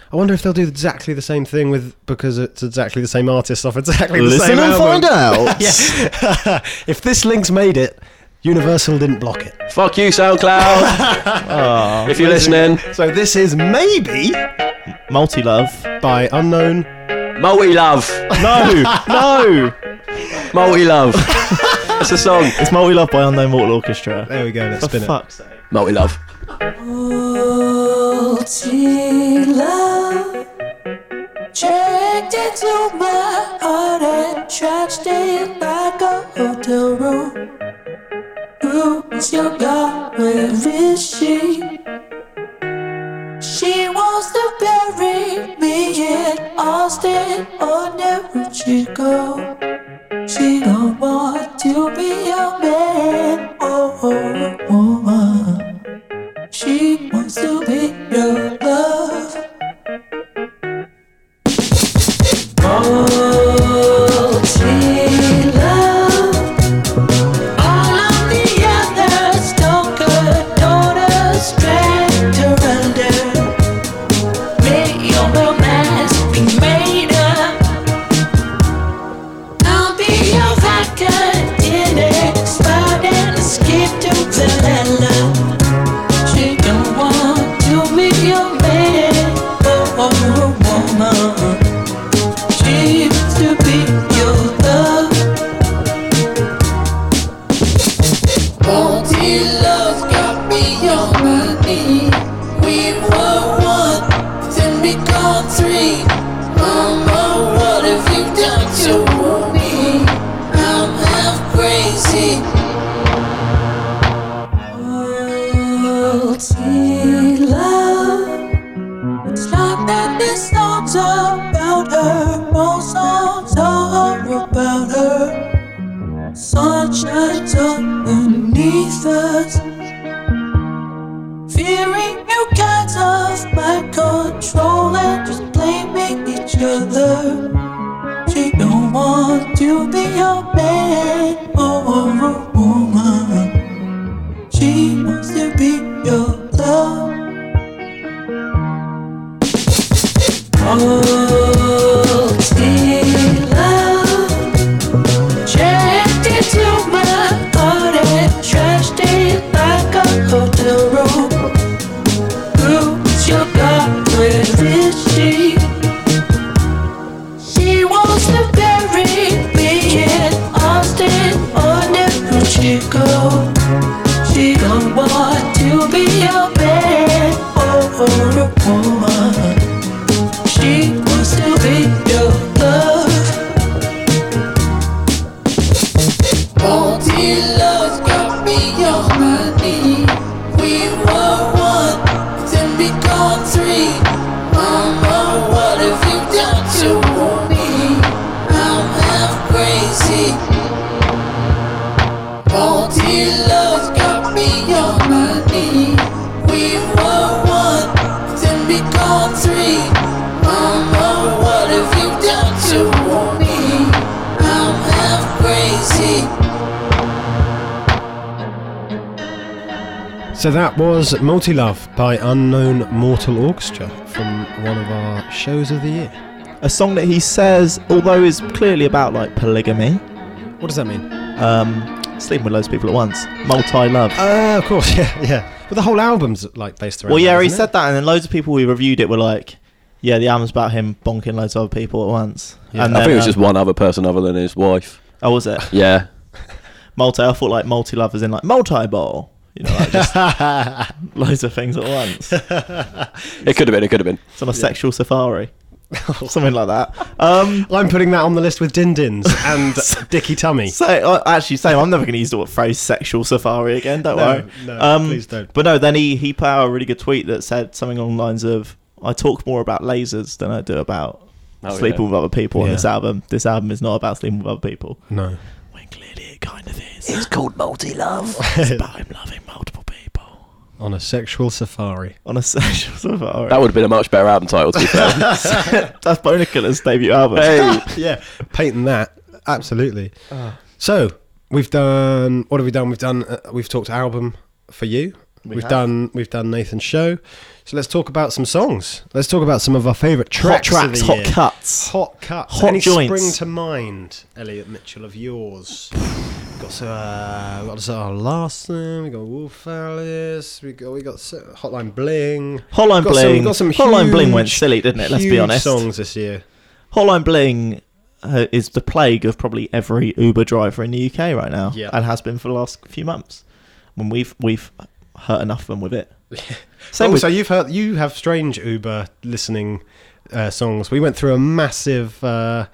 S1: I wonder if they'll do exactly the same thing with because it's exactly the same artist off exactly the same album. *laughs*
S2: out.
S1: Yeah. *laughs* if this link's made it, Universal didn't block it.
S3: Fuck you, SoundCloud. if you're listening,
S1: So this is maybe
S2: Multi love.
S1: by unknown.
S3: multi love,
S2: No, no.
S3: multi love. That's the song.
S2: It's Multi Love by Unknown Mortal Orchestra.
S1: There we go. Let's
S2: For
S1: spin
S2: fuck's sake.
S3: Multi love.
S4: Guilty love dragged into my heart and trashed it like a hotel room. Rooms you're gone, where is she? She wants to bury me in Austin or never she go. She don't want to be a man or a woman. She wants to be your love. Multi love. All of the others don't condone us, dragged her under. Real romance we made up. I'll be your vodka dinner, spot and skip to Valhalla. She don't want to be your man or a woman. She wants to be your love. Faulty love's got me on my knee. We were one, then we gone three. Mama, what have you done to me? I'm half crazy. Guilty love. It's not that this song's about her. Most songs are about her. Sunshine underneath us. Fearing new kinds of mind control and just blaming each other. She don't want to be a man or a woman. She wants to be your love. Multi love. Checked into my heart and trashed it like a hotel room. Rooms you got, where is she? She wants to bury me in Austin or New Chicago. She don't want to be a man or a woman. She wants to be your love. Faulty love got me on my knee. We were one, then we gone three. Mama, what have you done to me? I'm half crazy. Faulty love got me on my knee. We were one, then we gone three. Mama, what have you done to me? I'm half crazy.
S1: So that was Multi Love by Unknown Mortal Orchestra from one of our shows of the year.
S2: A song that he says, although is clearly about like polygamy,
S1: What does that mean?
S2: um, sleeping with loads of people at once, multi love.
S1: Uh, of course, *laughs* yeah, yeah. But the whole album's like based around.
S2: Well, yeah,
S1: that,
S2: he
S1: isn't
S2: said that, and then loads of people we reviewed it were like, yeah, the album's about him bonking loads of other people at once.
S1: Yeah.
S2: And
S3: I think it was
S2: um,
S3: just one other person other than his wife.
S2: Oh, was
S3: *laughs*
S2: it?
S3: Yeah.
S2: Multi. I thought like multi love as in like multi ball. You know,
S1: *laughs*
S2: like just loads of things at once.
S3: It could have been, it could have been.
S2: It's on a
S1: *laughs*
S2: sexual safari. Something like that. Um,
S1: I'm putting that on the list with Din
S2: *laughs*
S1: Dins and Dicky Tummy.
S2: so uh, actually, same. I'm never going to use the phrase "sexual safari" again. Don't
S1: No,
S2: worry.
S1: no,
S2: um,
S1: please don't.
S2: But no, then he he put out a really good tweet that said something along the lines of, "I talk more about lasers than I do about
S3: Oh,
S2: sleeping
S3: yeah.
S2: with other people on
S1: Yeah.
S2: this album. This album is not about sleeping with other people."
S1: No.
S2: When clearly it kind of is. It's
S4: called multi love.
S2: *laughs* about him loving multiple people
S1: On a sexual safari.
S2: on a *laughs* sexual safari.
S3: That would have been a much better album title, to be fair.
S2: That's Boner Killer's debut album.
S3: hey.
S1: yeah, painting that absolutely.
S2: Ah.
S1: So we've done. What have we done? We've done. Uh, we've talked album for you.
S2: We
S1: have
S2: have.
S1: done. We've done Nathan's show. So let's talk about some songs. Let's talk about some of our favourite
S2: Hot
S1: tracks. of
S2: tracks,
S1: the
S2: hot
S1: year.
S2: cuts.
S1: Hot cuts.
S2: Hot
S1: Any
S2: joints.
S1: spring to mind, Elliot Mitchell of
S2: *sighs*
S1: yours. got so uh, we got Zara Larson. We got Wolf Alice. We got we got so- Hotline Bling.
S2: Hotline
S1: Got some-
S2: Bling.
S1: got some
S2: Hotline Bling went
S1: huge-
S2: silly, didn't it? Let's be
S1: Huge
S2: honest.
S1: Songs this year.
S2: Hotline Bling uh, is the plague of probably every Uber driver in the UK right now,
S1: Yeah.
S2: and has been for the last few months. When we've we've hurt enough of them
S1: *laughs*
S2: with it. Same
S1: oh,
S2: with
S1: so you've heard you have strange Uber listening uh, songs. We went through a massive. Uh,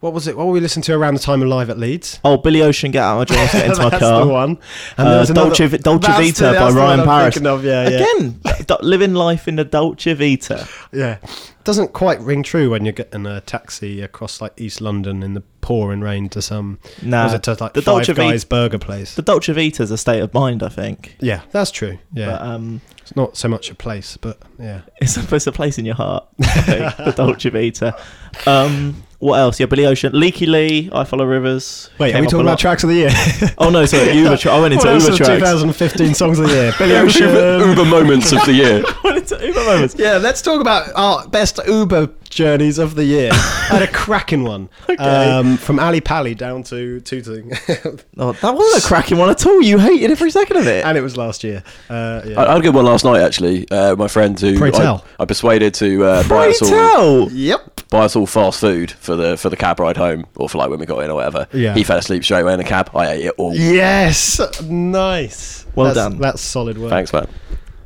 S1: what was it? What were we listening to around the time of live at
S2: *laughs*
S1: Leeds?
S2: oh Billy Ocean, get out of my
S1: *laughs*
S2: drive, get into my
S1: That's
S2: car.
S1: the one.
S2: Uh,
S1: there was another-
S2: Dolce, Dolce
S1: That's the-
S2: Vita
S1: that's
S2: by
S1: the one
S2: Ryan
S1: I'm
S2: Paris.
S1: thinking of, yeah, yeah.
S2: Again, d- living life in the Dolce Vita.
S1: Yeah, doesn't quite ring true when you're getting a taxi across like East London in the pouring rain to some.
S2: Nah,
S1: was it to like the
S2: the
S1: Five
S2: Dolce Vita-
S1: Guys burger place?
S2: The Dolce Vita is a state of mind, I think.
S1: yeah, that's true. Yeah,
S2: But um,
S1: it's not so much a place, but yeah.
S2: it's a, it's a place in your heart.
S1: *laughs*
S2: I think, the Dolce Vita. Um, what else? Yeah, Billy Ocean, Leaky Lee, I Follow Rivers.
S1: Wait, are
S2: Came
S1: we
S2: up
S1: talking
S2: a
S1: about
S2: lot.
S1: tracks of *laughs*
S2: *laughs*
S1: the year?
S2: Oh no, sorry, Uber. Tra- I went into
S1: What else
S2: Uber
S1: was
S2: *laughs* tracks.
S1: 2015 songs of the
S2: *laughs*
S1: year. Billy
S3: Uber,
S1: Ocean.
S3: Uber moments of the year.
S2: went into Uber moments.
S1: *laughs* Yeah, let's talk about our best Uber journeys of the
S3: *laughs*
S1: year. I had a cracking one. Um, from Ali Pali down to Tooting. *laughs*
S2: Oh, that *laughs* wasn't a cracking one at all. You hated every second of it.
S1: and it was last year. Uh, yeah.
S3: I, I had a good one last night, actually. Uh, my friend who
S1: Pray
S3: I,
S1: tell.
S3: I persuaded to uh, buy
S2: Pray
S3: us all
S2: tell.
S1: yep.
S3: buy us all fast food for the for the cab ride home or for like when we got in or whatever.
S1: Yeah.
S3: He fell asleep straight away in the cab. I ate it all.
S1: Yes. Nice.
S2: Well
S1: That's-
S2: done.
S1: That's solid work.
S3: Thanks, man.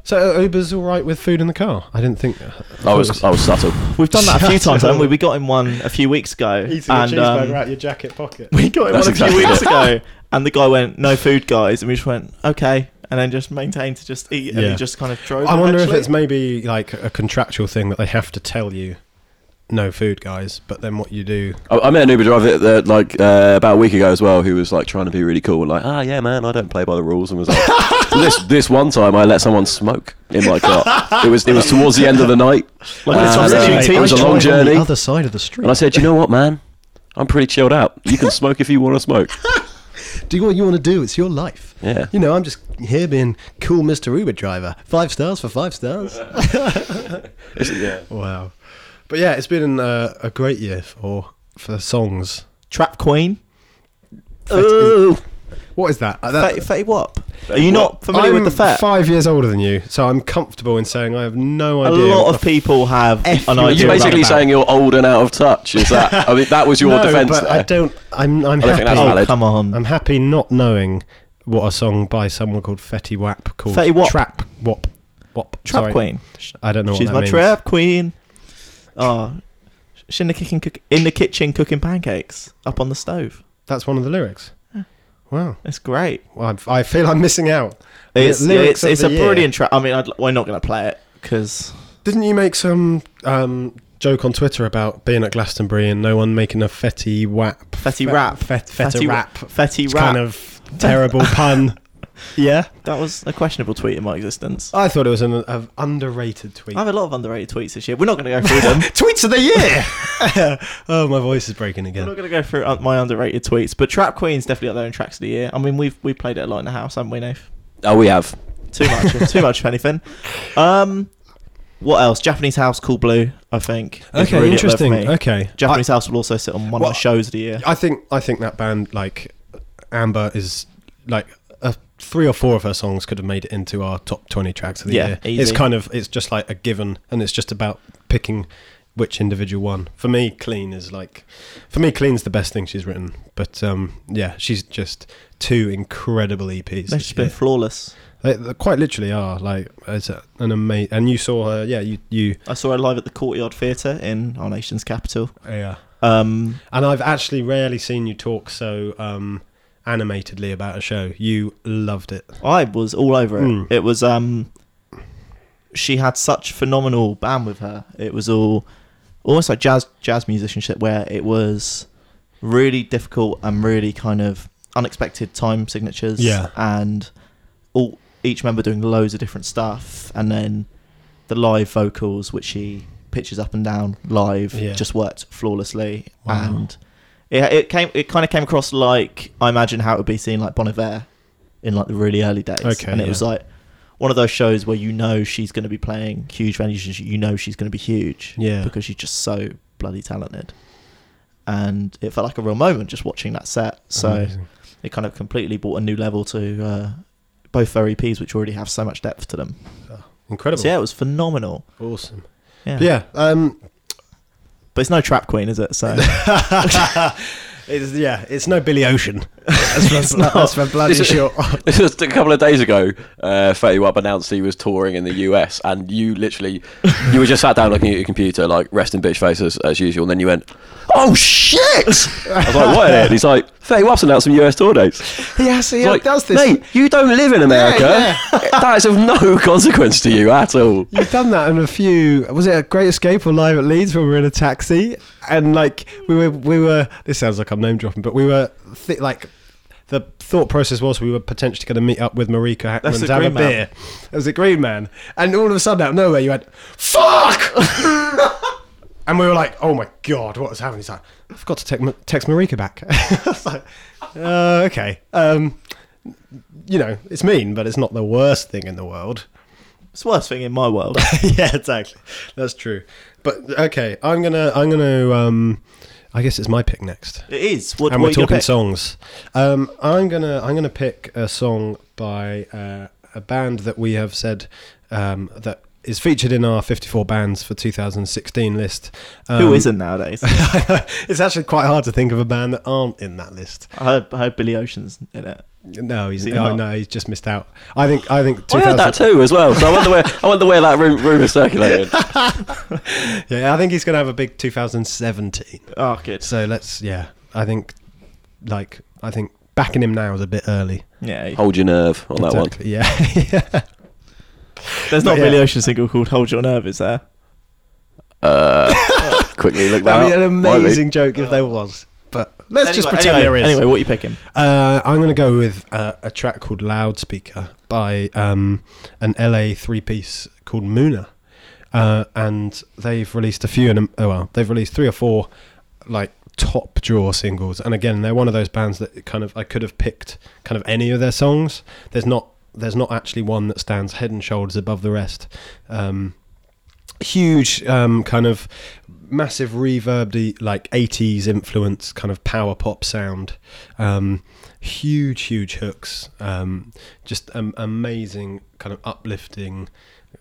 S1: So uh, Uber's all right with food in the car. I didn't think. uh,
S3: I was uh, I was subtle.
S2: We've done that a *laughs* few
S1: Shut
S2: times, haven't we?
S1: up.
S2: We got in one a few weeks ago,
S1: eating
S2: and
S1: a cheeseburger
S2: um,
S1: out your jacket pocket.
S2: *laughs* we got in
S3: That's
S2: one a few
S3: exactly
S2: weeks
S3: it.
S2: ago, and the guy went, "No food, guys," and we just went, "Okay," and then just maintained to just eat, and
S1: Yeah.
S2: he just kind of drove.
S1: I wonder
S2: eventually.
S1: if it's maybe like a contractual thing that they have to tell you, no food, guys. But then what you do?
S3: I, I met an Uber driver at the- like uh, about a week ago as well, who was like trying to be really cool and like, ah, yeah, man, I don't play by the rules, and was like, this this one time I let someone smoke in my car. It was it was towards the end of the night.
S2: Like, it's
S3: and,
S2: on
S3: uh,
S2: the
S3: it was a
S2: TV
S3: long
S1: drive on
S3: journey,
S1: the other side of the street.
S3: and I said, you know what, man, I'm pretty chilled out. You can smoke if you want to smoke.
S1: do what you want to do. It's your life.
S3: Yeah.
S1: You know, I'm just here being cool, Mr. Uber driver. Five stars for five stars.
S3: yeah.
S1: wow. But yeah, it's been uh, a great year for for songs.
S2: Trap Queen.
S1: Ooh. What is that? Uh, that-
S2: Fatty, fatty Wop. Are you not familiar
S1: I'm
S2: with the fat?
S1: five years older than you, so I'm comfortable in saying I have no
S2: a
S1: idea.
S2: lot
S1: what
S2: of people have
S1: F
S2: an
S1: you-
S2: idea.
S3: You're
S1: You're
S2: about
S3: basically
S1: right
S3: saying you're old and out of touch. Is that? I mean, that was
S1: *laughs*
S3: your
S1: no,
S3: defence.
S1: but
S3: there.
S1: I don't. I'm. I'm
S3: I don't
S1: happy.
S3: think that's valid.
S2: Oh, come on.
S1: I'm happy not knowing what a song by someone called Fetty Wap called
S2: Fetty Wap.
S1: Trap Wap Wap
S2: trap
S1: sorry.
S2: Queen.
S1: I don't know what
S2: She's
S1: that
S2: my
S1: means.
S2: trap queen. Oh, she's in the kitchen, cook- in the kitchen cooking pancakes up on the stove.
S1: That's one of the lyrics. Wow.
S2: It's great.
S1: Well, I, I feel I'm missing out.
S2: It's
S1: Ly- lyrics
S2: it's,
S1: of
S2: it's
S1: the
S2: a
S1: year.
S2: brilliant track. I mean, I'd, we're not going to play it because
S1: Didn't you make some um, joke on Twitter about being at Glastonbury and no one making a Fetty Wap?
S2: Fetty
S1: Fe-
S2: Rap.
S1: Fet, feta
S2: Fetty-
S1: Rap.
S2: Fetty
S1: It's
S2: Rap.
S1: kind of terrible
S2: *laughs*
S1: pun. Yeah.
S2: that was a questionable tweet in my
S1: *laughs*
S2: existence.
S1: I thought it was an, an underrated tweet.
S2: I have a lot of underrated tweets this year. We're not going to go through
S1: *laughs*
S2: them.
S1: Tweets of the
S2: *laughs*
S1: year! *laughs* oh, my voice is breaking
S2: We're not
S1: again.
S2: going to go through uh, my underrated tweets, but Trap Queen's definitely up there in tracks of the year. I mean, we've we played it a lot in the house, haven't we, Nath?
S3: Oh, we have.
S2: Too much.
S1: *laughs*
S2: too much of anything. Um, what else? Japanese House, Cool Blue. I think. is
S1: Okay,
S2: really up there for
S1: interesting.
S2: me.
S1: Okay,
S2: Japanese House will also sit on one
S1: Well,
S2: of the shows of the year.
S1: I think I think that band like Amber is like uh, three or four of her songs could have made it into our top twenty tracks of the
S2: Yeah,
S1: year.
S2: easy.
S1: It's kind of it's just like a given, and it's just about picking which individual one. For me, Clean is like for me, Clean's the best thing she's written. But um, yeah, she's just two incredible EPs.
S2: They've
S1: this
S2: just been
S1: year.
S2: flawless.
S1: They, they quite literally are like it's a, an amazing. And you saw her, yeah, you you
S2: I saw her live at the Courtyard Theatre in our nation's capital.
S1: yeah.
S2: Um,
S1: And I've actually rarely seen you talk so um, animatedly about a show. You loved it.
S2: I was all over it.
S1: Mm.
S2: It was um she had such phenomenal band with her. It was all almost like jazz jazz musicianship where it was really difficult and really kind of unexpected time signatures.
S1: Yeah.
S2: And all each member doing loads of different stuff and then the live vocals which she pitches up and down live
S1: Yeah.
S2: just worked flawlessly
S1: Wow.
S2: and it, it came it kind of came across like I imagine how it would be seen like Bon Iver in like the really early days
S1: Okay,
S2: and it
S1: yeah.
S2: was like one of those shows where you know she's going to be playing huge venues you know she's going to be huge
S1: Yeah.
S2: because she's just so bloody talented and it felt like a real moment just watching that set so
S1: Amazing.
S2: it kind of completely brought a new level to uh, both her EPs which already have so much depth to them
S1: incredible,
S2: so yeah it was phenomenal
S1: awesome.
S2: yeah,
S1: Yeah, um, *laughs*
S2: but it's no trap queen is it so *laughs*
S1: it's, yeah, it's no Billy
S2: *laughs*
S1: Ocean.
S2: Oh.
S1: That's for, that's for bloody
S3: It's-
S1: sure.
S3: *laughs* Just a couple of days ago, uh, Fatty Wap announced he was touring in the US, and you literally, you were just sat down looking at your computer, like resting bitch faces as usual, and then you went, "Oh shit!" I was like, "What?" Is it? And he's like, "Fatty Wap's announced some US tour dates."
S1: yeah, see,
S3: It's like, mate, you don't live in America. that is of no *laughs* consequence to you at all.
S1: *laughs* You've done that in a few. Was it a Great Escape or Live at Leeds when we were in a taxi and like we were we were. This sounds like I'm name dropping, but we were th- like the thought process was we were potentially going to meet up with Marika Hackman
S2: That's
S1: to
S2: the
S1: have a
S2: Green Man.
S1: beer. It was a Green Man, and all of a sudden out of nowhere you went fuck, *laughs* and we were like, oh my god, what has happened? He's like, I've got to text, Ma- text Marika back. *laughs* I was like, uh, okay, um, you know, it's mean, but it's not the worst thing in the world
S2: it's the worst thing in my
S1: *laughs*
S2: world
S1: yeah, exactly. That's true. But okay, I'm gonna, I'm gonna. Um, I guess it's my pick next,
S2: It is. What,
S1: and
S2: what
S1: we're
S2: are you gonna
S1: talking
S2: pick?
S1: songs. Um, I'm gonna, I'm gonna pick a song by uh, a band that we have said um, that is featured in our 54 bands for 2016 list. Um,
S2: Who isn't nowadays? I
S1: *laughs* it's actually quite hard to think of a band that aren't in that list.
S2: heard, I heard Billy Ocean's in it.
S1: No, he's
S2: he
S1: oh,
S2: not? Oh,
S1: no, he's just missed out. I think, I think.
S3: I heard
S1: 2000
S3: that too as well. So I wonder where I wonder where that ru- rumor circulated.
S1: Yeah, I think he's gonna have a big 2017.
S2: Oh, good.
S1: So let's, yeah, I think, like, I think backing him now is a bit early.
S2: Yeah.
S3: Hold your nerve on that one.
S1: Exactly, Yeah. *laughs* yeah.
S2: There's not
S1: yeah.
S2: a Billy Ocean single called Hold Your Nerve, is there?
S3: Uh, quickly look that
S1: That'd be an
S3: up. Might be.
S1: amazing joke if there was. But let's just
S2: Anyway,
S1: pretend
S2: anyway,
S1: there is.
S2: Anyway, what are you picking?
S1: Uh, I'm going to go with uh, a track called Loudspeaker by um, an LA three piece called Muna. Uh, and they've released a few, in a, oh, well, they've released three or four like top draw singles. And again, they're one of those bands that kind of I could have picked kind of any of their songs. There's not there's not actually one that stands head and shoulders above the rest. Um, huge um, kind of massive reverbed like 80s influence kind of power pop sound um, huge huge hooks um, just um, amazing kind of uplifting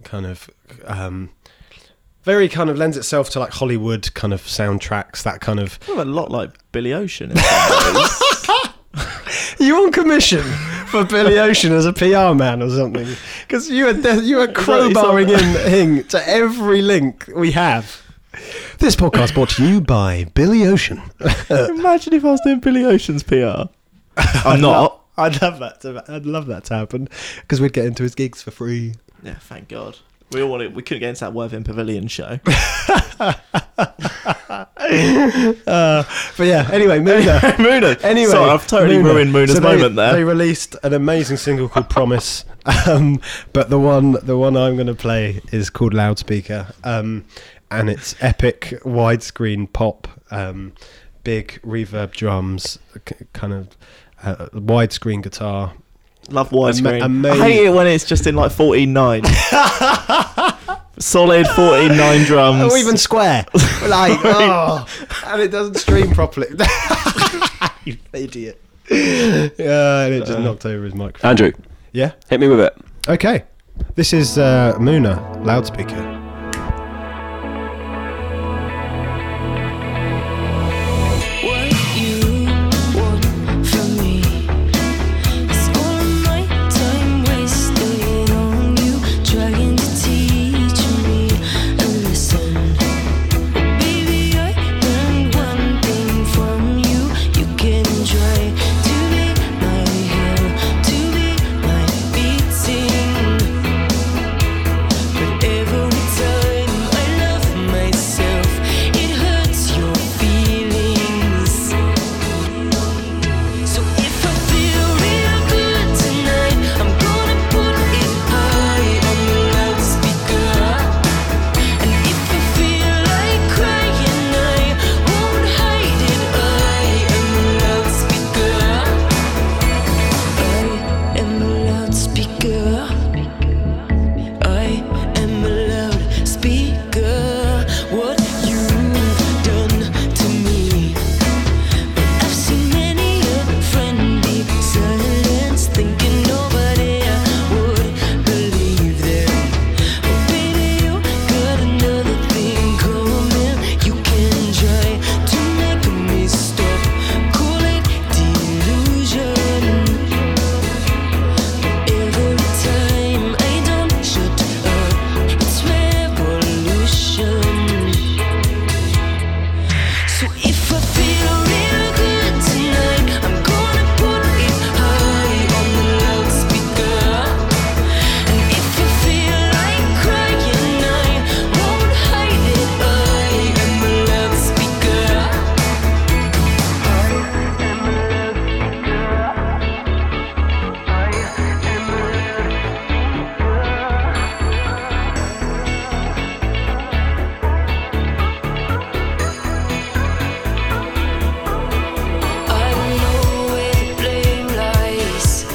S1: kind of um, very kind of lends itself to like hollywood kind of soundtracks that kind of
S2: Well, a lot like Billy Ocean. *laughs* in some ways.
S1: you on commission for Billy Ocean as a PR man or something? Because you were de- you were crowbarring in hing to every link we have. This podcast brought to you by Billy Ocean.
S2: Imagine if I was doing Billy Ocean's *laughs* PR. I'm not.
S1: *laughs* I'd love that. To, I'd love that to happen because we'd get into his gigs for free.
S2: Yeah, thank God. We all wanted, we couldn't get into that Worthing Pavilion *laughs* show.
S1: Uh, but yeah, anyway,
S2: *laughs*
S1: Muna.
S2: Muna.
S1: Anyway,
S2: Sorry, I've totally
S1: Muna.
S2: ruined Muna's
S1: So they-
S2: moment there.
S1: They released an amazing single called Promise, *laughs* um, but the one the one I'm going to play is called Loudspeaker, um, and it's epic widescreen pop, um, big reverb drums, k- kind of uh, widescreen guitar,
S2: Love widescreen.
S1: Ama-
S2: I hate it when it's just in like *laughs* 14.9. Solid
S1: *laughs*
S2: 14.9 drums.
S1: Or even *laughs* square. like, oh, and it doesn't stream properly. *laughs* you idiot. Yeah, and it
S2: Uh,
S1: just knocked over his microphone.
S3: Andrew,
S1: Yeah.
S3: hit me with it.
S1: Okay. This is uh, Muna loudspeaker.
S4: What you want from me? It's all my time wasted on you, trying to teach me a lesson. Baby, I learned one thing from you. You can try to be my hero, to be my beating. But every time I love myself, it hurts your feelings. So if I feel real good tonight, I'm gonna put it high on the loudspeaker. And if I feel like crying, I won't hide it. I am a loudspeaker. I am a loudspeaker. I am a loud speaker. What you've done to me. But I've seen many a friend be silenced, thinking nobody would believe them. But baby, you got another thing coming. You can try to make me stop. Call it delusion. Every time I don't shut up, it's revolution. So if I feel real good tonight, I'm gonna put it high on the loudspeaker. And if I feel like crying, I won't hide it. I am a loudspeaker. I know where the blame lies,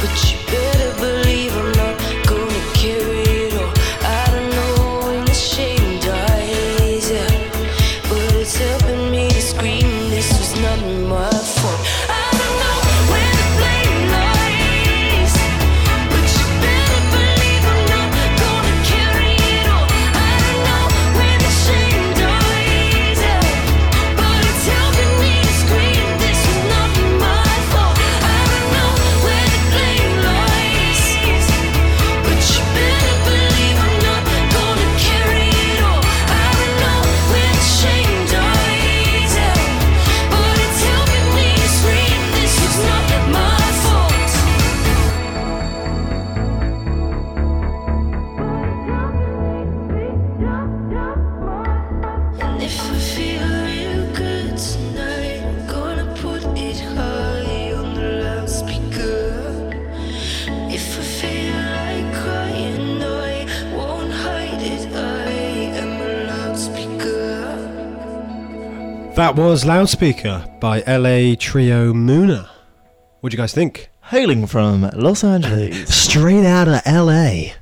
S4: but you better believe I'm not gonna carry it all. I don't know when the shame dies, but it's helping me to scream. This was not my fault. I don't know where the blame lies, but you better believe I'm not gonna carry it all. I don't know where the shame dies. But it's helping me to scream. This is not my fault. I don't know where the blame lies, but you better believe I'm not gonna carry it all. I don't know where the shame dies, but it's helping me to scream. This is not my fault. And if I feel real good tonight, I'm gonna put it high on the loudspeaker. If I feel like crying, I won't hide it. I am a loudspeaker.
S1: That was loudspeaker by LA Trio Muna. What do you guys think?
S2: Hailing from Los Angeles.
S1: Straight out of LA.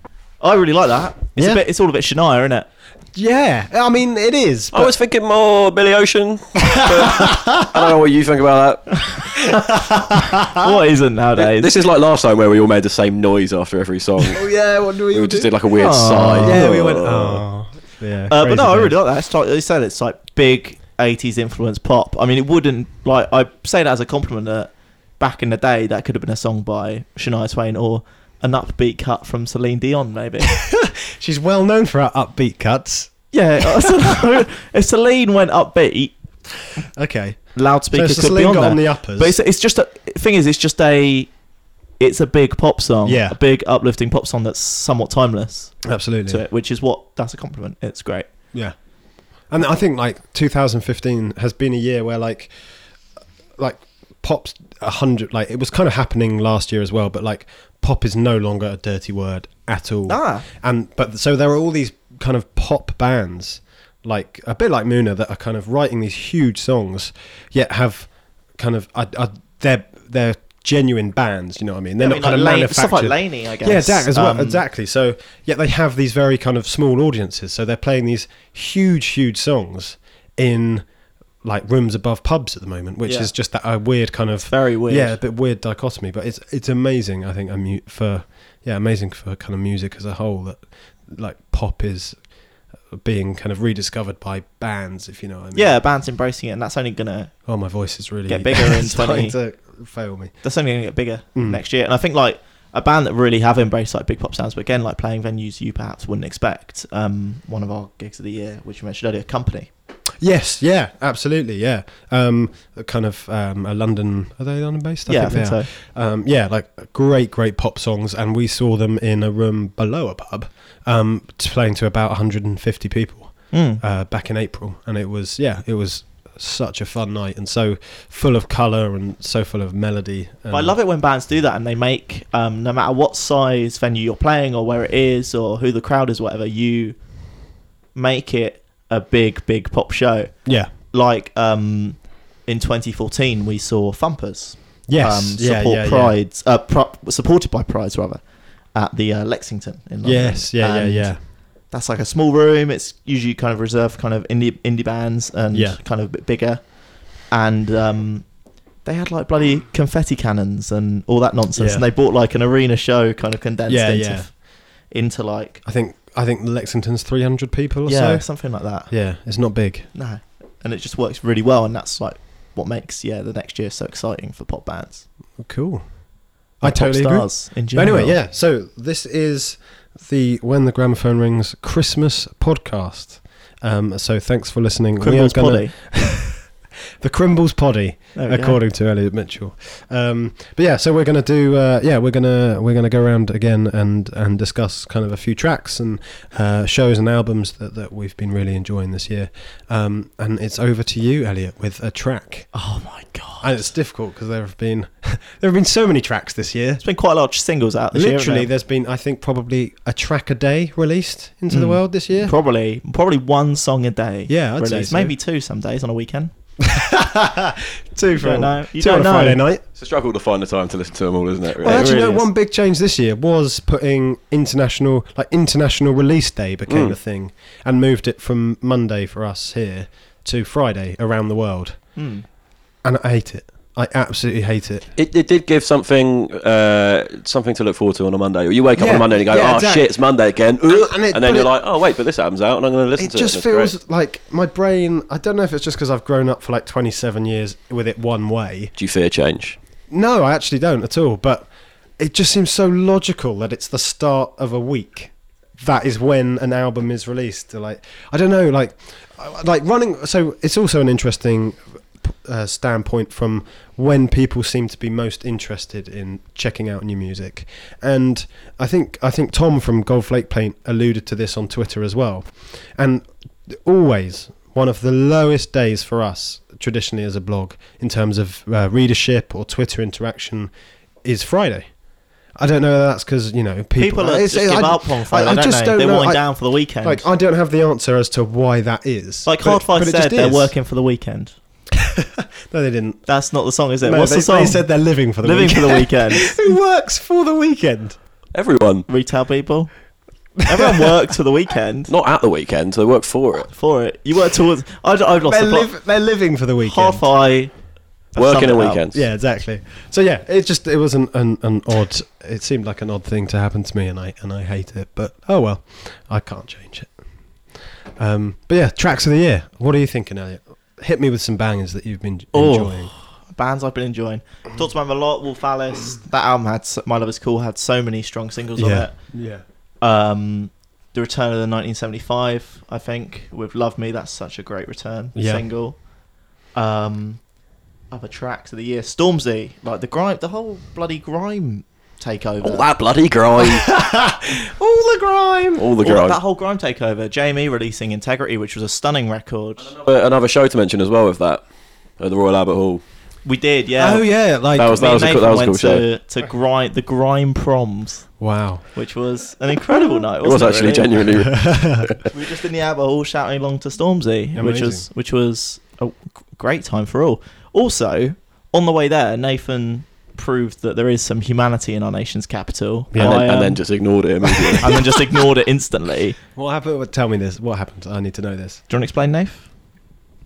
S2: I really like that. It's
S1: Yeah.
S2: a bit. It's all a bit Shania, isn't it?
S1: Yeah, I mean it is.
S3: I was thinking more Billy Ocean. but *laughs* I don't know what you think about that.
S1: Ah.
S2: what isn't nowadays?
S3: This is like last time where we all made the same noise after every song.
S1: Oh, yeah, what do
S3: We just did like a weird sigh.
S1: Yeah, we went. Oh, yeah.
S2: Uh, but
S1: crazy
S2: no, I
S1: days.
S2: really like that. It's like they said, it's like big '80s influence pop. I mean, it wouldn't like I say that as a compliment. That back in the day, that could have been a song by Shania Twain or an upbeat cut from Celine
S1: *laughs*
S2: Dion, maybe.
S1: She's well known for her upbeat cuts.
S2: yeah, uh, so if Celine went upbeat,
S1: Okay. So
S2: loudspeaker
S1: it's the
S2: could be
S1: sling
S2: on
S1: got
S2: there.
S1: on the uppers.
S2: but it's, it's just a thing. Is it's just a it's a big pop song,
S1: Yeah.
S2: a big uplifting pop song that's somewhat timeless
S1: Absolutely.
S2: to it, which is what that's a compliment. It's great.
S1: Yeah. And I think like 2015 has been a year where like like pop's a hundred like it was kind of happening last year as well, but like pop is no longer a dirty word at all.
S2: Ah.
S1: And but so there are all these kind of pop bands like a bit like Muna that are kind of writing these huge songs, yet have kind of I, I, they're they're genuine bands. You know what I mean? They're
S2: I
S1: not
S2: mean,
S1: kind
S2: like
S1: of
S2: Lane-
S1: manufactured.
S2: stuff like Laney, I guess.
S1: Yeah, exact- as well,
S2: Um,
S1: exactly. So yeah, they have these very kind of small audiences. So they're playing these huge, huge songs in like rooms above pubs at the moment, which
S2: Yeah.
S1: is just that uh, weird kind of
S2: very weird.
S1: yeah, a bit weird dichotomy. But it's it's amazing. I think amu- for yeah, amazing for kind of music as a whole that like pop is being kind of rediscovered by bands, if you know what I mean.
S2: yeah, bands embracing it, and that's only gonna
S1: Oh, my voice is really
S2: Get bigger
S1: *laughs*
S2: in
S1: starting
S2: 20.
S1: to fail me.
S2: that's only gonna get bigger
S1: Mm.
S2: next year. And I think like a band that really have embraced like big pop sounds, but again like playing venues you perhaps wouldn't expect. Um, one of our gigs of the year, which you mentioned earlier, Company.
S1: Yes, yeah, absolutely, yeah. Um, a kind of um, a London. Are they London based?
S2: yeah, I think
S1: they are.
S2: so.
S1: Um, yeah, like great, great pop songs, and we saw them in a room below a pub, um, t- playing to about 150 people
S2: Mm.
S1: uh, back in April, and it was yeah, it was such a fun night and so full of color and so full of melody. And
S2: But I love it when bands do that and they make, um, no matter what size venue you're playing or where it is or who the crowd is, whatever, you make it a big, big pop show.
S1: Yeah,
S2: Like um, in 2014, we saw Thumpers.
S1: yes,
S2: um,
S1: yeah,
S2: support
S1: yeah, yeah.
S2: Pride's, Uh, pro- supported by Pride's rather, at the uh, Lexington in London.
S1: Yes, yeah,
S2: And
S1: yeah, yeah.
S2: That's like a small room. It's usually kind of reserved for kind of indie indie bands and
S1: Yeah.
S2: kind of a bit bigger. And um, they had like bloody confetti cannons and all that nonsense.
S1: Yeah.
S2: And they bought like an arena show kind of condensed
S1: Yeah,
S2: into,
S1: yeah.
S2: into like
S1: I think I think Lexington's 300 people or
S2: yeah
S1: so.
S2: something like that.
S1: Yeah, it's not big.
S2: No, and it just works really well. And that's like what makes yeah the next year so exciting for pop bands.
S1: Cool. I
S2: and pop
S1: totally agree.
S2: stars In
S1: But
S2: general.
S1: anyway, yeah. So this is the When the Gramophone Rings Christmas podcast. Um, so thanks for listening. We
S2: Criminals
S1: are gonna-
S2: Polly.
S1: The Crimbles Poddy,
S2: There we go.
S1: according to Elliot Mitchell. Um, but yeah, so we're gonna do. Uh, yeah, we're gonna we're gonna go around again and and discuss kind of a few tracks and uh, shows and albums that, that we've been really enjoying this year. Um, and it's over to you, Elliot, with a track.
S2: Oh my god!
S1: And it's difficult because there have been *laughs* there have been so many tracks this year.
S2: There's been quite a lot of singles out this
S1: Literally,
S2: year.
S1: there's been I think probably a track a day released into the
S2: Mm.
S1: world this
S2: *laughs*
S1: year.
S2: Probably, probably one song a day.
S1: Yeah, I'd say
S2: released.
S1: so.
S2: maybe two some days on a weekend.
S1: two
S2: You don't know. You
S1: two
S2: don't
S1: on a
S2: know.
S1: Friday night.
S3: It's a struggle to find the time to listen to them all, isn't it? Really?
S1: Well, actually,
S2: really
S1: no.
S2: is.
S1: One big change this year was putting international like international release day became
S3: Mm.
S1: a thing and moved it from Monday for us here to Friday around the world.
S2: Hmm.
S1: And I hate it. I absolutely hate it.
S3: It, it did give something uh, something to look forward to on a Monday. You wake up on
S1: Yeah,
S3: a Monday and you go,
S1: yeah,
S3: oh
S1: exactly.
S3: shit, it's Monday again.
S1: And-
S3: Ugh.
S1: and
S3: And,
S1: it-
S3: then
S1: but
S3: you're
S1: it-
S3: like, oh wait, but this album's out and I'm going to listen
S1: it
S3: to
S1: just
S3: it. and it's
S1: feels
S3: great.
S1: like my brain. I don't know if it's just because I've grown up for like 27 years with it one way.
S3: Do you fear change?
S1: No, I actually don't at all. But it just seems so logical that it's the start of a week. That is when an album is released. Like I don't know, like I- like running. So it's also an interesting uh, standpoint from when people seem to be most interested in checking out new music. And I think I think Tom from Goldflake Paint alluded to this on Twitter as well. And always one of the lowest days for us traditionally as a blog in terms of uh, readership or Twitter interaction is Friday. I don't know. Whether that's because you know people,
S2: People are
S1: it's-
S2: just give
S1: I-
S2: up on Friday. I, don't know. They're
S1: I-
S2: wind down for the weekend.
S1: like
S2: Like,
S1: I don't have the answer as to why that is. But-
S2: Hard Five
S1: but it just
S2: said, they're
S1: is.
S2: working for the weekend.
S1: No, they didn't.
S2: That's not the song, is it?
S1: No,
S2: What's
S1: they,
S2: the song?
S1: They said they're living for the
S2: Living
S1: weekend.
S2: for the weekend.
S1: *laughs* Who works for the weekend?
S3: Everyone,
S2: Retail people. Everyone worked for
S1: *laughs*
S2: the weekend
S3: not at the weekend, they work for it.
S2: for it. You worked towards. I, I've lost
S1: They're,
S2: the plot.
S1: liv- they're living for the weekend.
S2: Half I.
S3: Working a weekend.
S1: yeah, exactly. So yeah, it just it was an, an, an odd. It seemed like an odd thing to happen to me, and I and I hate it. But oh well, I can't change it. Um, but yeah, tracks of the year. What are you thinking, Elliot? Hit me with some bangers that you've been
S2: Oh.
S1: enjoying.
S2: bands I've been enjoying. Talked about them a lot. Wolf Alice. That album had so- My Love Is Cool had so many strong singles on
S1: Yeah.
S2: it.
S1: Yeah.
S2: Um, the Return of the 1975, I think, with Love Me. That's such a great return
S1: Yeah.
S2: single. Um, other tracks of the year, Stormzy, like the grime, the whole bloody grime takeover.
S3: All that
S1: *laughs*
S3: bloody grime.
S2: All the grime.
S3: All
S2: All-
S3: the grime.
S2: that whole grime takeover. Jamie releasing Integrity, which was a stunning record.
S3: Uh, Another show to mention as well with that at the Royal Albert Hall.
S2: We did, yeah.
S1: Oh yeah, like
S3: That was-
S2: Me and
S3: a cool- that
S2: Nathan
S3: was a cool
S2: went
S3: show.
S2: to, to grime, the grime proms.
S1: wow.
S2: which was an incredible night.
S3: It was
S2: wasn't
S3: actually
S2: really?
S1: *laughs*
S3: genuinely.
S2: We were just in the Albert Hall shouting along to Stormzy, which
S1: Amazing.
S2: was which was a g- great time for all. Also, on the way there, Nathan proved that there is some humanity in our nation's capital.
S1: Yeah.
S3: and,
S2: by,
S3: then,
S2: um,
S3: and then just ignored it immediately.
S2: *laughs* and then just ignored it instantly.
S1: What happened? what- Tell me this. What happened? I need to know this.
S2: Do you want to explain, Nath?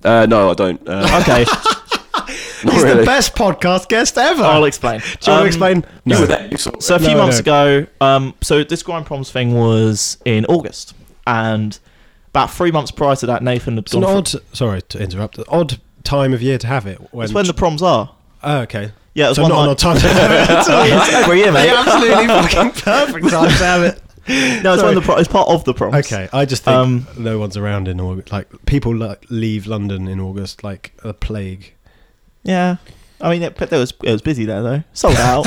S3: uh, no, I don't.
S1: *laughs*
S3: Uh,
S2: Okay,
S3: *laughs* not
S1: He's the
S3: really.
S1: best podcast guest ever.
S2: I'll explain.
S1: Ah. *laughs* Do you want
S2: Um,
S1: to explain?
S3: You were there, you saw it.
S2: So a few
S1: No,
S2: months
S1: no.
S2: ago, um, so this Grime Proms thing was in August, and about three months prior to that, Nathan had
S1: It's an
S2: gone. for-
S1: odd. Sorry to interrupt. an Odd time of year to have it. When,
S2: It's when the proms are.
S1: oh, okay.
S2: Yeah, it was
S1: So
S2: one
S1: not an odd
S2: night-
S1: time to have
S2: *laughs*
S1: it.
S2: It's every year, mate.
S1: The absolutely fucking perfect time to have it. *laughs*
S2: No, it's
S1: Sorry.
S2: when the pro- it's part of the proms.
S1: Okay, I just think
S2: Um,
S1: no one's around in August. Like people like, leave London in August like a plague.
S2: Yeah, I mean, it, but there was it was busy there though, sold out.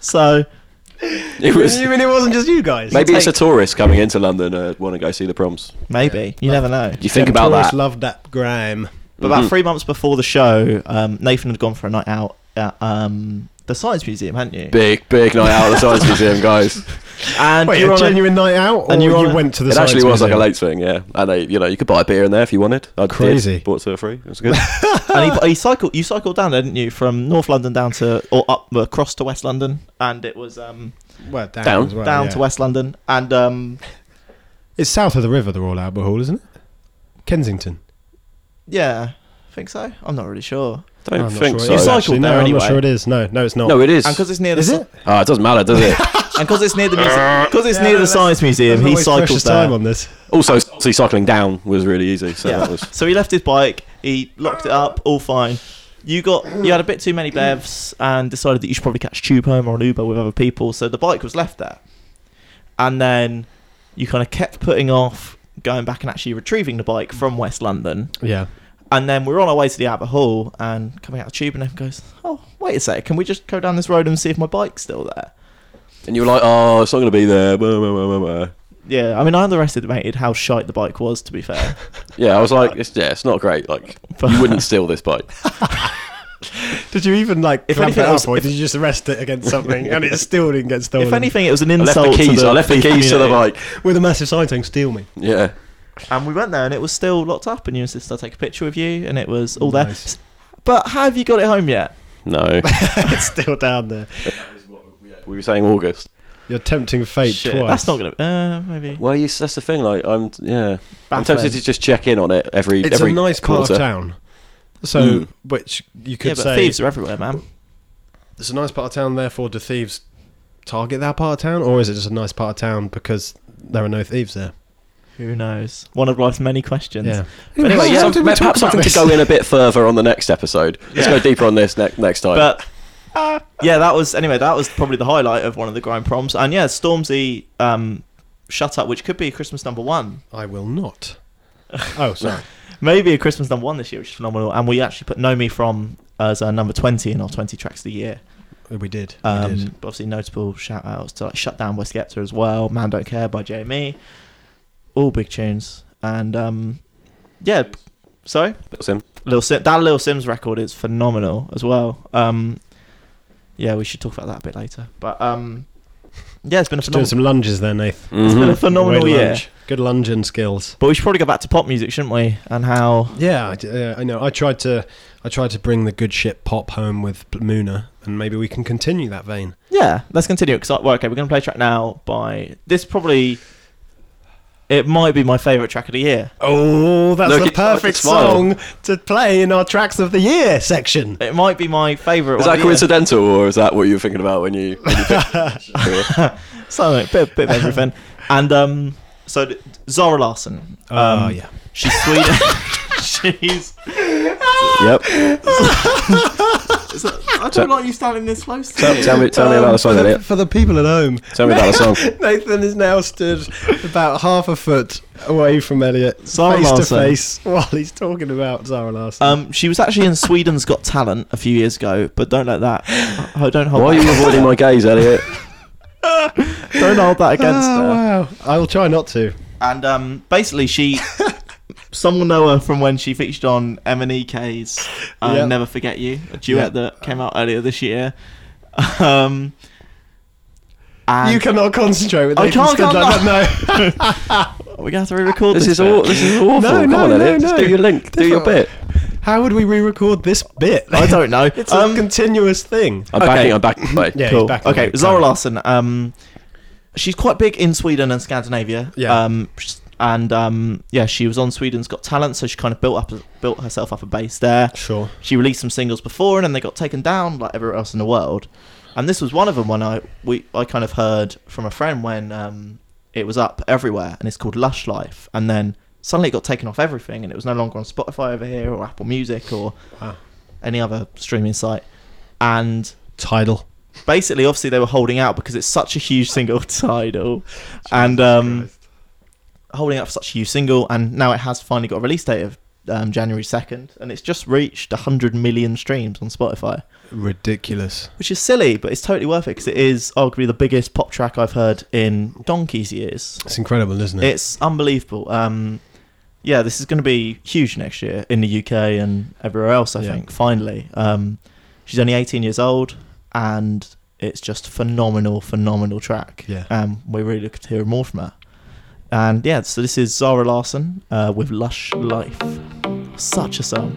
S1: *laughs*
S2: so
S3: *laughs* It was,
S1: mean it wasn't just you guys?
S3: maybe it's a
S2: take-
S3: tourist coming into London uh, want to go see the proms.
S2: maybe you never know.
S3: You think about
S1: Tourists
S3: that.
S1: Love that grime.
S2: But about
S3: Mhm.
S2: three months before the show, um, Nathan had gone for a night out at um, the Science Museum, hadn't you?
S3: Big, big night out at the Science Museum, guys.
S2: And
S1: Wait,
S2: you were
S1: a
S2: on a-
S1: genuine night out, or
S2: and you're
S1: you
S2: on a-
S1: went to *laughs* the?
S3: It actually
S1: Science
S3: was like a
S1: Museum?
S3: late thing, yeah. And they, you know, you could buy a beer in there if you wanted. I did.
S1: Crazy.
S3: Bought two or three. It
S1: *laughs*
S3: was good.
S2: and he, he cycled. You cycled down, there, didn't you, from North London down to or up across to West London, and it was um,
S1: Well, down,
S3: Down.
S1: as well,
S2: down
S1: yeah.
S2: to West London, and um,
S1: It's south of the river, the Royal Albert Hall, isn't it? Kensington.
S2: yeah, I think so. I'm not really sure.
S3: Don't
S1: I'm not
S3: think
S1: sure
S3: so.
S1: It is,
S2: You cycled
S1: actually. no,
S2: there
S1: I'm not
S2: anyway.
S1: sure it is. No, no, it's not.
S3: no, it is.
S2: And because it's near the
S1: Is
S2: sci-
S1: it?
S3: Ah, it doesn't matter, does
S1: *laughs*
S3: it?
S2: and 'cause it's near the because it's near the science museum, he
S1: Always
S2: cycled
S1: precious
S2: there.
S1: time on this.
S3: also, see, cycling down was really easy. So
S2: yeah.
S3: that was.
S2: So he left his bike. He locked it up. All fine. You got you had a bit too many bevs and decided that you should probably catch a tube home or an Uber with other people. So the bike was left there, and then you kind of kept putting off going back and actually retrieving the bike from West London.
S1: Yeah.
S2: And then we were on our way to the Albert Hall and coming out of the tube, and everyone goes, "Oh, wait a sec, can we just go down this road and see if my bike's still there?"
S3: And you were like, oh, it's not going to be there. blah, blah, blah, blah, blah."
S2: Yeah, I mean, I underestimated how shite the bike was. To be fair,
S3: Yeah, I was like, it's, yeah, it's not great. Like,
S2: *laughs*
S3: you wouldn't steal this bike.
S1: Did you even like
S2: If
S1: clamp it
S2: anything
S1: up,
S2: else-
S1: or
S2: if-
S1: did you just arrest it
S2: *laughs*
S1: against something and it still didn't get stolen?
S2: if anything, it was an
S3: I
S2: insult.
S3: left the keys.
S2: To the
S3: I left the keys to the
S2: community.
S3: bike.
S1: with a massive sign saying "Steal
S2: *laughs*
S1: me."
S3: Yeah.
S2: And we went there and it was still locked up and you insisted I take a picture with you and it was all there.
S1: Nice.
S2: But have you got it home yet? *laughs*
S3: No.
S1: it's still down there.
S3: we were saying August.
S1: You're tempting fate
S2: Shit,
S1: twice.
S2: That's not gonna uh maybe.
S3: Well, you, that's the thing. Like, I'm yeah. I'm
S2: Baffling.
S3: tempted to just check in on it every
S1: It's
S3: every
S1: a nice part
S3: quarter.
S1: of town. So,
S3: Mm.
S1: which you
S2: Hmm. Yeah,
S1: could
S2: but
S1: say
S2: thieves are everywhere, man.
S1: it's a nice part of town. Therefore, do thieves target that part of town, or is it just a nice part of town because there are no thieves there?
S2: Who knows? One of life's many questions.
S1: Yeah.
S2: But anyway, yeah,
S3: So perhaps something to go in a bit further on the next episode. Let's go deeper on this ne- next time.
S2: But yeah, that was anyway, that was probably the highlight of one of the grind proms. And yeah, Stormzy um Shut Up, which could be a Christmas number one.
S1: I will
S2: *laughs*
S1: not. Oh, sorry.
S2: Maybe a Christmas number one this year, which is phenomenal. And we actually put No Me From as our number twenty in our twenty tracks of the year.
S1: we did. We
S2: Um,
S1: did.
S2: but obviously, notable shout outs to like Shut Down by Skepta as well, Man Don't Care by JME. All big tunes. And um, yeah, p- sorry?
S3: That's him.
S2: Lil Sim- that Lil Sims record is phenomenal as well. Um, yeah, we should talk about that a bit later. But um, yeah, it's been a
S1: Just doing
S2: phenomenal,
S1: some lunges there, Nath.
S2: it's been a
S3: Mhm.
S2: phenomenal
S1: Way to
S2: year.
S1: lunge. Good lunging skills.
S2: But we should probably go back to pop music, shouldn't we? And how.
S1: Yeah, I, d- uh, I know. I tried to, I tried to bring the good shit pop home with Moona, and maybe we can continue that vein.
S2: Yeah, let's continue. Cause, I- well, okay, we're going to play a track now by. This probably. It might be my favourite track of the year.
S1: Oh, that's
S3: Look,
S1: the
S3: it's like a
S1: perfect
S3: smile.
S1: song to play in our tracks of the year section.
S2: It might be my favourite
S3: Is
S2: one. of
S3: that
S2: the year.
S3: coincidental, or is that what you were thinking about when you? When
S2: *laughs*
S3: you picked-
S2: So bit, bit of everything. And um, so th- Zara Larson.
S1: Oh
S2: Um,
S1: yeah,
S2: She's Sweden. she's. *laughs*
S3: yep.
S2: I
S3: So-
S2: don't like you standing this close. To
S3: Tell, tell me, tell me about the
S1: for,
S3: song,
S1: the,
S3: Elliot.
S1: Um, for the people at home.
S3: Tell me about
S2: *laughs*
S3: the song.
S1: *laughs* Nathan is now stood about half a foot away from Elliot,
S2: Zara
S1: face to
S2: Larsson.
S1: face, while he's talking about Zara Larson.
S2: Um, she was actually in Sweden's Got Talent a few years ago, but don't let that. I don't hold.
S3: Why are you
S2: that,
S3: avoiding my
S2: *laughs*
S3: gaze, Elliot?
S2: don't hold that against uh,
S1: oh,
S2: her.
S1: wow. I will try not to.
S2: And um, basically, she. Some will know her from when she featured on M and E K's uh,
S1: Yep.
S2: "Never Forget You," a duet
S1: Yep.
S2: that came out earlier this year. Um, and
S1: You cannot concentrate with
S2: I
S1: Nathan
S2: can't,
S1: stood
S2: can't
S1: like that. No.
S3: *laughs*
S2: we're gonna have to re-record
S3: This
S2: this.
S3: is
S2: bit.
S3: all. This is awful.
S1: No,
S3: Come
S1: no,
S3: on,
S1: no,
S3: Elliot. Just
S1: no.
S3: do your link. Do your bit.
S1: How would we re-record this bit?
S2: I don't know.
S1: It's a
S2: um,
S1: continuous thing.
S3: I'm
S2: Okay.
S3: backing. I'm back. Wait.
S1: Yeah,
S2: cool.
S1: he's back in
S2: okay,
S1: the loop.
S2: Zara Larsson. Um, she's quite big in Sweden and Scandinavia.
S1: Yeah.
S2: Um, sh- and um, yeah, she was on Sweden's Got Talent, so she kind of built up, a, built herself up a base there.
S1: Sure.
S2: She released some singles before, and then they got taken down like everywhere else in the world. And this was one of them. When I we I kind of heard from a friend when um, it was up everywhere, and it's called Lush Life. And then suddenly it got taken off everything, and it was no longer on Spotify over here or Apple Music or
S1: Wow.
S2: any other streaming site. And
S1: Tidal.
S2: basically, obviously, they were holding out because it's such a huge single *laughs* title, and um, holding out for such a huge single, and now it has finally got a release date of um, January second, and it's just reached hundred million streams on Spotify,
S1: Ridiculous.
S2: which is silly, but it's totally worth it because it is arguably the biggest pop track I've heard in donkey's years.
S1: It's incredible, isn't it?
S2: It's unbelievable. Um, yeah, this is going to be huge next year in the UK and everywhere else. I
S1: Yeah.
S2: think finally, um, she's only 18 years old, and it's just phenomenal, phenomenal track.
S1: Yeah.
S2: um, we're really looking to hear more from her. And yeah, so this is Zara Larson uh, with "Lush Life." Such a song.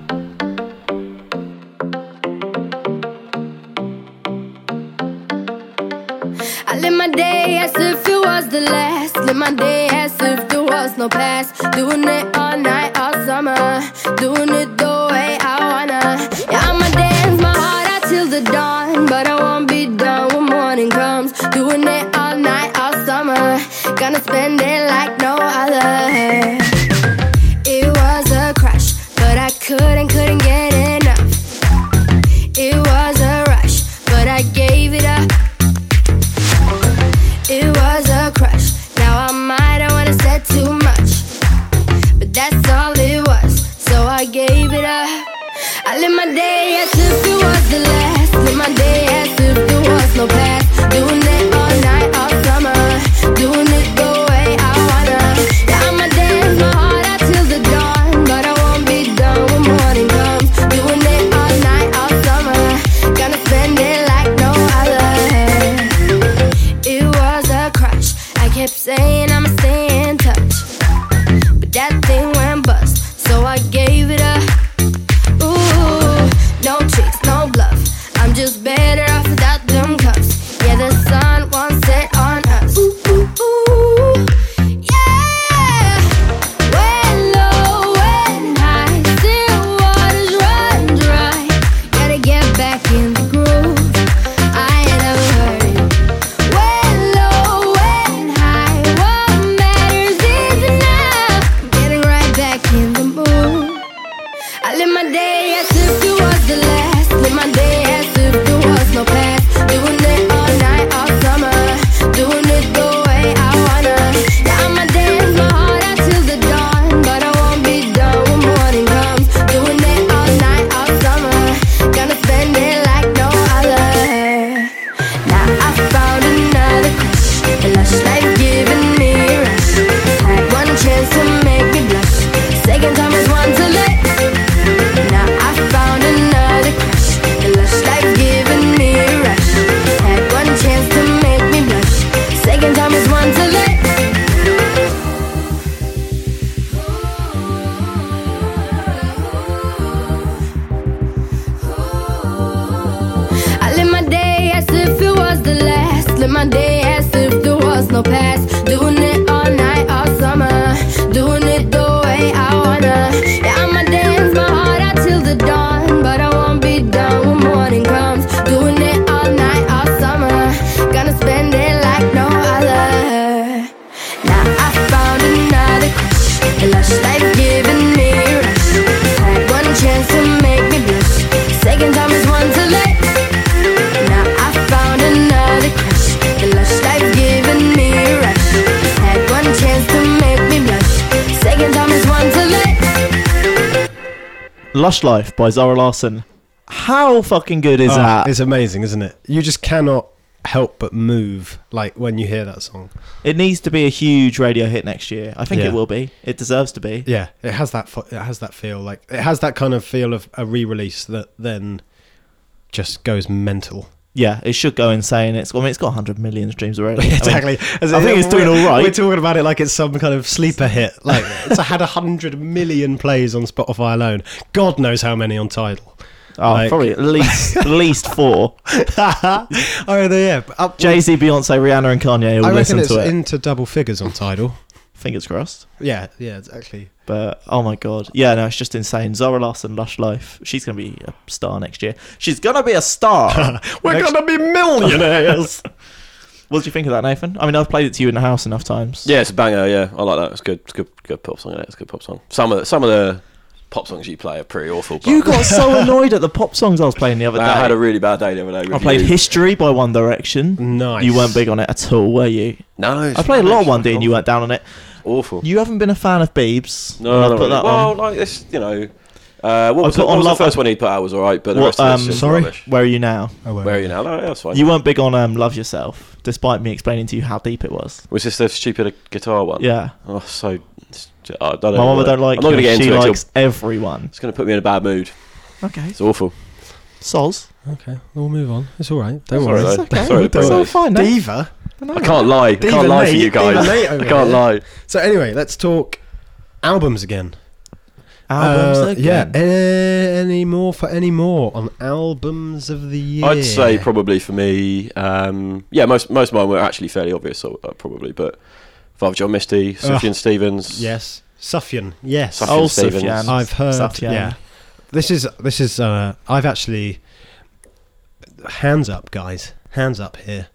S5: I live my day as if it was the last. Live my day as if there was no past. Doing it all night, all summer. Doing it the way I wanna. Yeah, I'ma dance my heart out till the dawn. But I won't be done when morning comes. Doing it all night, all summer. Gonna spend it like no other. It was a crush, but I couldn't, couldn't get enough. It was a rush, but I gave it up. It was a crush. Now I might have wanna said too much, but that's all it was. So I gave it up. I live my day as if it was the last. Live my day as if there was no past. Doing it all night, all summer. Doing it the way I wanna. Yeah, I'ma dance my heart out till the dawn, but I won't be done when morning comes. Doing it all night, all summer. Gonna spend it like no other. It was a crush. I kept saying I'ma stay in touch. But that thing went bust, so I gave it up. Ooh, no tricks, no bluff. I'm just better off without them cuffs. Yeah, the sun won't set on us. Ooh, ooh, ooh. Yeah. When low, when high, still waters run dry. Gotta get back in the groove. I ain't ever heard it. When low, when high, what matters is enough. Getting right back in the mood. I live my day as if it was the last. Live my day as if there was no past. Doing it all night, all summer. Doing it the way I wanna. Yeah, I'ma dance my heart out till the dawn, but I won't be done when morning comes. Doing it all night, all summer. Gonna spend it like no other. Now I found another crush. The lush life giving me a rush. Had one chance to make me blush. Second time is one too late. Now I found another crush. The lush life giving me a rush. Had one chance to make me blush. Second time is one too late. I live my day as if it was the last. Live my day as if there was no past. Doing it all night, all summer. Doing it the way I wanna. Yeah, I'ma dance my heart out till the dawn. But I won't be done when morning comes. Doing it all night, all summer. Gonna spend it like no other. Now I found another crush. A lush life giving me a rush. Had one chance to make me blush. Second time is one too late. Now I found another crush. The lush life giving me a rush. Had one chance to make me blush. Second time is one too late.
S2: "Lush Life" by Zara Larsson. How fucking good is
S1: Oh,
S2: that?
S1: it's amazing, isn't it? You just cannot help but move like when you hear that song.
S2: It needs to be a huge radio hit next year. I think
S1: Yeah.
S2: it will be. It deserves to be.
S1: Yeah, it has that. Fo- it has that feel.
S2: *laughs*
S1: Like it has that kind of feel of a re-release that then just goes mental.
S2: yeah, it should go insane. It's I mean, it's got 100 million streams
S1: *laughs*
S2: already. I mean,
S1: exactly. As
S2: I
S1: in,
S2: think it's doing
S1: we're-
S2: all right.
S1: We're talking about it like it's some kind of sleeper hit.
S2: *laughs*
S1: Like it's had a hundred million plays on Spotify alone. God knows how many on
S2: *laughs*
S1: Tidal. *laughs*
S2: oh,
S1: Like-
S2: probably at
S1: *laughs*
S2: least at least four.
S1: oh yeah, up
S2: Jay Z, Beyonce, Rihanna, and Kanye
S1: I
S2: all
S1: reckon
S2: listen
S1: it's
S2: to it.
S1: into double figures on Tidal.
S2: Fingers crossed.
S1: Yeah, yeah, exactly.
S2: But oh my god, yeah, no, it's just insane. Zara Larson, Lush Life, she's gonna be a star next year. She's gonna be a star.
S1: *laughs* We're
S2: Next-
S1: gonna be millionaires.
S2: *laughs* what did you think of that, Nathan? I mean, I've played it to you in the house enough times.
S3: Yeah, it's a banger. Yeah, I like that. It's good. It's good. Good pop song. Yeah, it's a good pop song. Some of the, some of the pop songs you play are pretty awful. But
S2: You got
S1: *laughs*
S2: so annoyed at the pop songs I was playing the other day.
S3: I had a really bad day the other day. With
S2: I played
S3: you.
S2: History by One Direction.
S1: nice.
S2: You weren't big on it at all, were you?
S3: No, it's
S2: I played a lot of
S3: rubbish.
S2: one D and you weren't down on it.
S3: awful.
S2: You haven't been a fan of Beebs.
S3: no,
S2: and I
S3: not
S2: put
S3: really.
S2: that
S3: well,
S2: on.
S3: like this, you know. Uh, what was,
S2: put
S3: the, what
S2: on
S3: was the
S2: Love-
S3: first one he put out was alright, but the
S2: What,
S3: rest of it's
S2: um,
S3: just
S1: Sorry?
S3: rubbish.
S2: Where are you now?
S1: Oh, well.
S3: Where are you now? No, yeah, that's fine.
S2: You weren't big on um, Love Yourself, despite me explaining to you how deep it was.
S3: was this the stupid guitar one?
S2: Yeah.
S3: Oh, so it's- I don't know.
S2: My mama
S3: what-
S2: don't like
S3: I'm not
S2: you.
S3: gonna get
S2: she
S3: into it. 'cause
S2: likes everyone.
S3: It's gonna put me in a bad mood.
S2: Okay.
S3: It's awful.
S2: Soz.
S1: Okay, we'll move on. It's all right. Don't
S3: Sorry,
S1: worry.
S3: though.
S2: okay.
S3: Sorry,
S2: It's all
S3: sorry.
S2: fine. No?
S1: Diva.
S2: No.
S3: I can't lie. I
S1: Diva
S3: can't lie for
S1: Nate-
S3: you guys.
S1: Diva Nate over
S3: *laughs* I can't
S1: here.
S3: lie.
S1: So anyway, let's talk albums again.
S2: Albums
S1: Uh,
S2: again.
S1: Yeah. a- any more for any more on albums of the year?
S3: I'd say probably for me, um, yeah, most most of mine were actually fairly obvious, so, uh, probably. But Father John Misty, Sufjan Stevens,
S1: yes. Sufjan. Yes.
S3: Sufjan
S2: Old
S3: Stevens.
S2: Sufjan.
S1: I've heard.
S2: Sufjan.
S1: Yeah. This is this is. Uh, I've actually. Hands up, guys. Hands up here.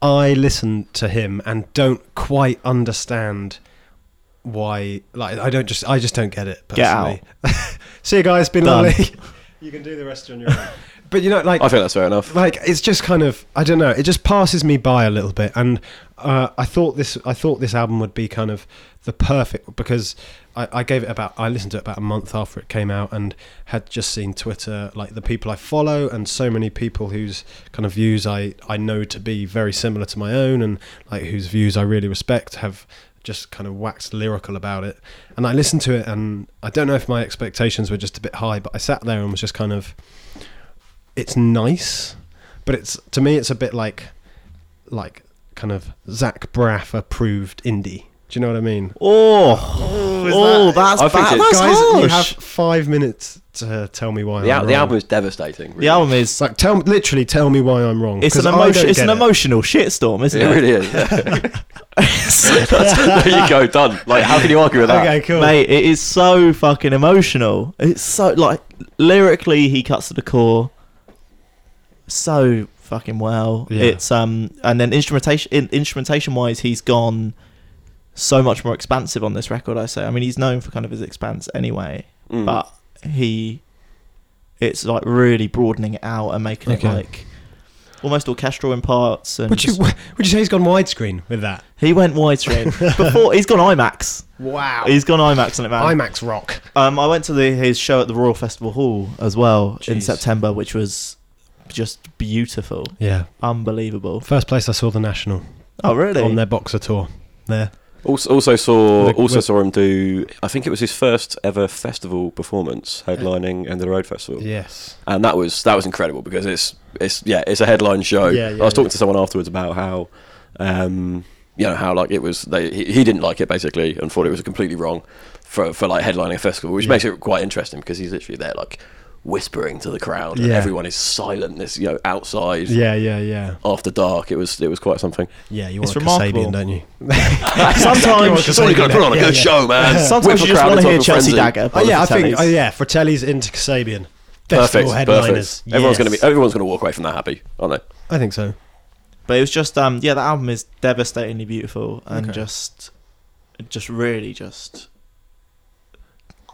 S1: I listen to him and don't quite understand why. Like, I don't just. I just don't get it.
S2: Get out.
S1: Personally. *laughs* See you guys. Been
S2: Done.
S1: lovely. *laughs* you can do the rest on your own. But you know, like
S3: I think that's fair enough.
S1: like it's just kind of I don't know. It just passes me by a little bit, and uh, I thought this I thought this album would be kind of the perfect because I, I gave it about I listened to it about a month after it came out and had just seen Twitter like the people I follow and so many people whose kind of views I I know to be very similar to my own and like whose views I really respect have just kind of waxed lyrical about it and I listened to it and I don't know if my expectations were just a bit high but I sat there and was just kind of it's nice, but it's to me it's a bit like like kind of Zach Braff approved indie. Do you know what I mean?
S2: Oh, oh, that's
S3: I think
S2: bad.
S3: it-
S2: That's
S1: Guys, you
S2: harsh.
S1: have five minutes to tell me why
S3: The,
S1: I'm
S3: al- the
S1: wrong.
S3: album is devastating. Really.
S2: the album is.
S1: It's like tell literally tell me why I'm wrong.
S2: it's
S1: 'cause
S2: an
S1: I don't
S2: emotion. It's
S1: get
S2: an
S1: it.
S2: emotional shitstorm, isn't
S3: It
S2: it?
S3: really
S2: *laughs*
S3: is. That's- *laughs* there you go, done. Like, how can you argue with that?
S1: Okay, cool.
S2: Mate, it is so fucking emotional. It's so like lyrically, he cuts to the core so fucking well.
S1: Yeah.
S2: It's um, and then instrumentation in, instrumentation wise, he's gone so much more expansive on this record. I say, I mean, he's known for kind of his expanse anyway,
S1: Hmm.
S3: Mm.
S2: but he, it's like really broadening it out and making
S1: Okay.
S2: it like almost orchestral in parts. And
S1: Would you *laughs*
S2: just-
S1: would you say he's gone widescreen with that?
S2: he
S1: *laughs*
S2: went widescreen before. He's gone IMAX.
S1: Wow.
S2: He's gone IMAX on it, man.
S1: IMAX rock.
S2: Um, I went to the, his show at the Royal Festival Hall as well in
S1: Jeez.
S2: September, which was just beautiful,
S1: Yeah.
S2: unbelievable.
S1: First place I saw the National
S2: Oh,
S1: *laughs*
S2: really?
S1: on their boxer tour. There.
S3: Also, also saw
S1: The-
S3: also
S1: the-
S3: saw him do. I think it was his first ever festival performance, headlining End of the Road Festival,
S1: Yes.
S3: and that was that was incredible because it's it's yeah it's a headline show.
S1: Yeah,
S3: I
S1: yeah,
S3: was talking
S1: yeah.
S3: to someone afterwards about how. Um, you know how like it was. They, he, he didn't like it basically, and thought it was completely wrong for, for like headlining a festival, which
S1: Yeah.
S3: makes it quite interesting because he's literally there like whispering to the crowd, and
S1: Yeah.
S3: everyone is silent. This you know outside
S1: Yeah, yeah, yeah.
S3: after dark, it was it was quite something.
S1: Yeah, you
S2: It's
S1: want a Kasabian,
S2: remarkable.
S1: don't you?
S2: Sometimes,
S1: Because
S3: Somebody's
S1: they
S3: got to
S1: do
S3: put on a
S1: that.
S3: good
S1: Yeah,
S3: show,
S1: *laughs*
S3: man. Whip
S2: sometimes
S3: the
S2: you just
S3: crowd
S2: want to
S3: into
S2: hear
S3: a
S2: Chelsea
S3: frenzy.
S2: Dagger. by
S1: Oh,
S2: the
S1: yeah, I think
S2: Fratellis.
S1: oh, yeah, Fratelli's into Kasabian.
S3: Perfect,
S1: Festival headliners.
S3: perfect. Everyone's
S1: Yes.
S3: gonna be everyone's gonna walk away from that happy, aren't they?
S1: I think so.
S2: But it was just um, yeah, the album is devastatingly beautiful and
S1: Okay.
S2: just, just really just.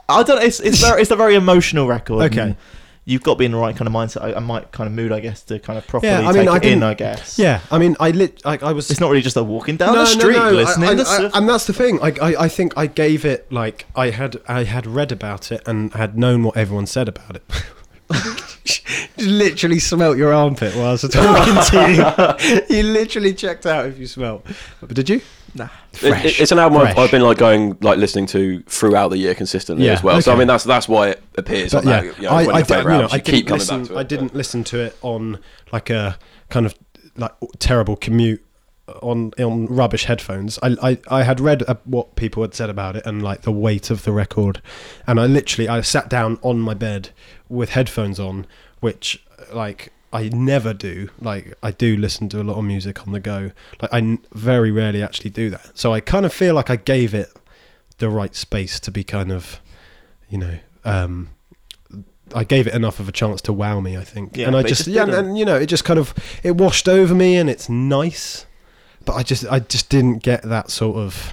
S2: I don't. It's it's very, it's a very emotional record.
S1: Okay.
S2: and You've got to be in the right kind of mindset, I, I might kind of mood, I guess, to kind of properly
S1: I
S2: take
S1: mean, I
S2: it in.
S1: didn't-
S2: I guess.
S1: Yeah, I mean, I lit. I, I was.
S2: It's not really just a walking down the street listening.
S1: I,
S2: to
S1: I,
S2: stuff.
S1: I, and that's the thing. I, I, I think I gave it like I had. I had read about it and had known what everyone said about it. *laughs* you literally smelt your armpit while I was talking to
S2: *laughs*
S1: you. you literally checked out if you smelt. But did you?
S2: Nah.
S1: Fresh.
S3: It, it's an album I've,
S1: Fresh.
S3: I've been like going like listening to throughout the year consistently
S1: Yeah,
S3: as well. So I
S1: okay.
S3: mean that's that's why it appears.
S1: But
S3: on
S1: yeah,
S3: that, you know,
S1: I,
S3: when
S1: I,
S3: your
S1: did,
S3: favourite
S1: you know,
S3: albums,
S1: I
S3: you keep
S1: didn't
S3: coming
S1: listen.
S3: back to it.
S1: I didn't listen to it on like a kind of like terrible commute on on rubbish headphones. I I, I had read uh, what people had said about it and like the weight of the record, and I literally I sat down on my bed with headphones on, which like I never do. Like I do listen to a lot of music on the go. Like I n- very rarely actually do that. So I kind of feel like I gave it the right space to be kind of, you know. Um, I gave it enough of a chance to wow me, I think,
S2: Yeah,
S1: and I
S2: but it
S1: just
S2: just
S1: yeah, and,
S2: didn't.
S1: and you know, it just kind of it washed over me, and it's nice but I just I just didn't get that sort of.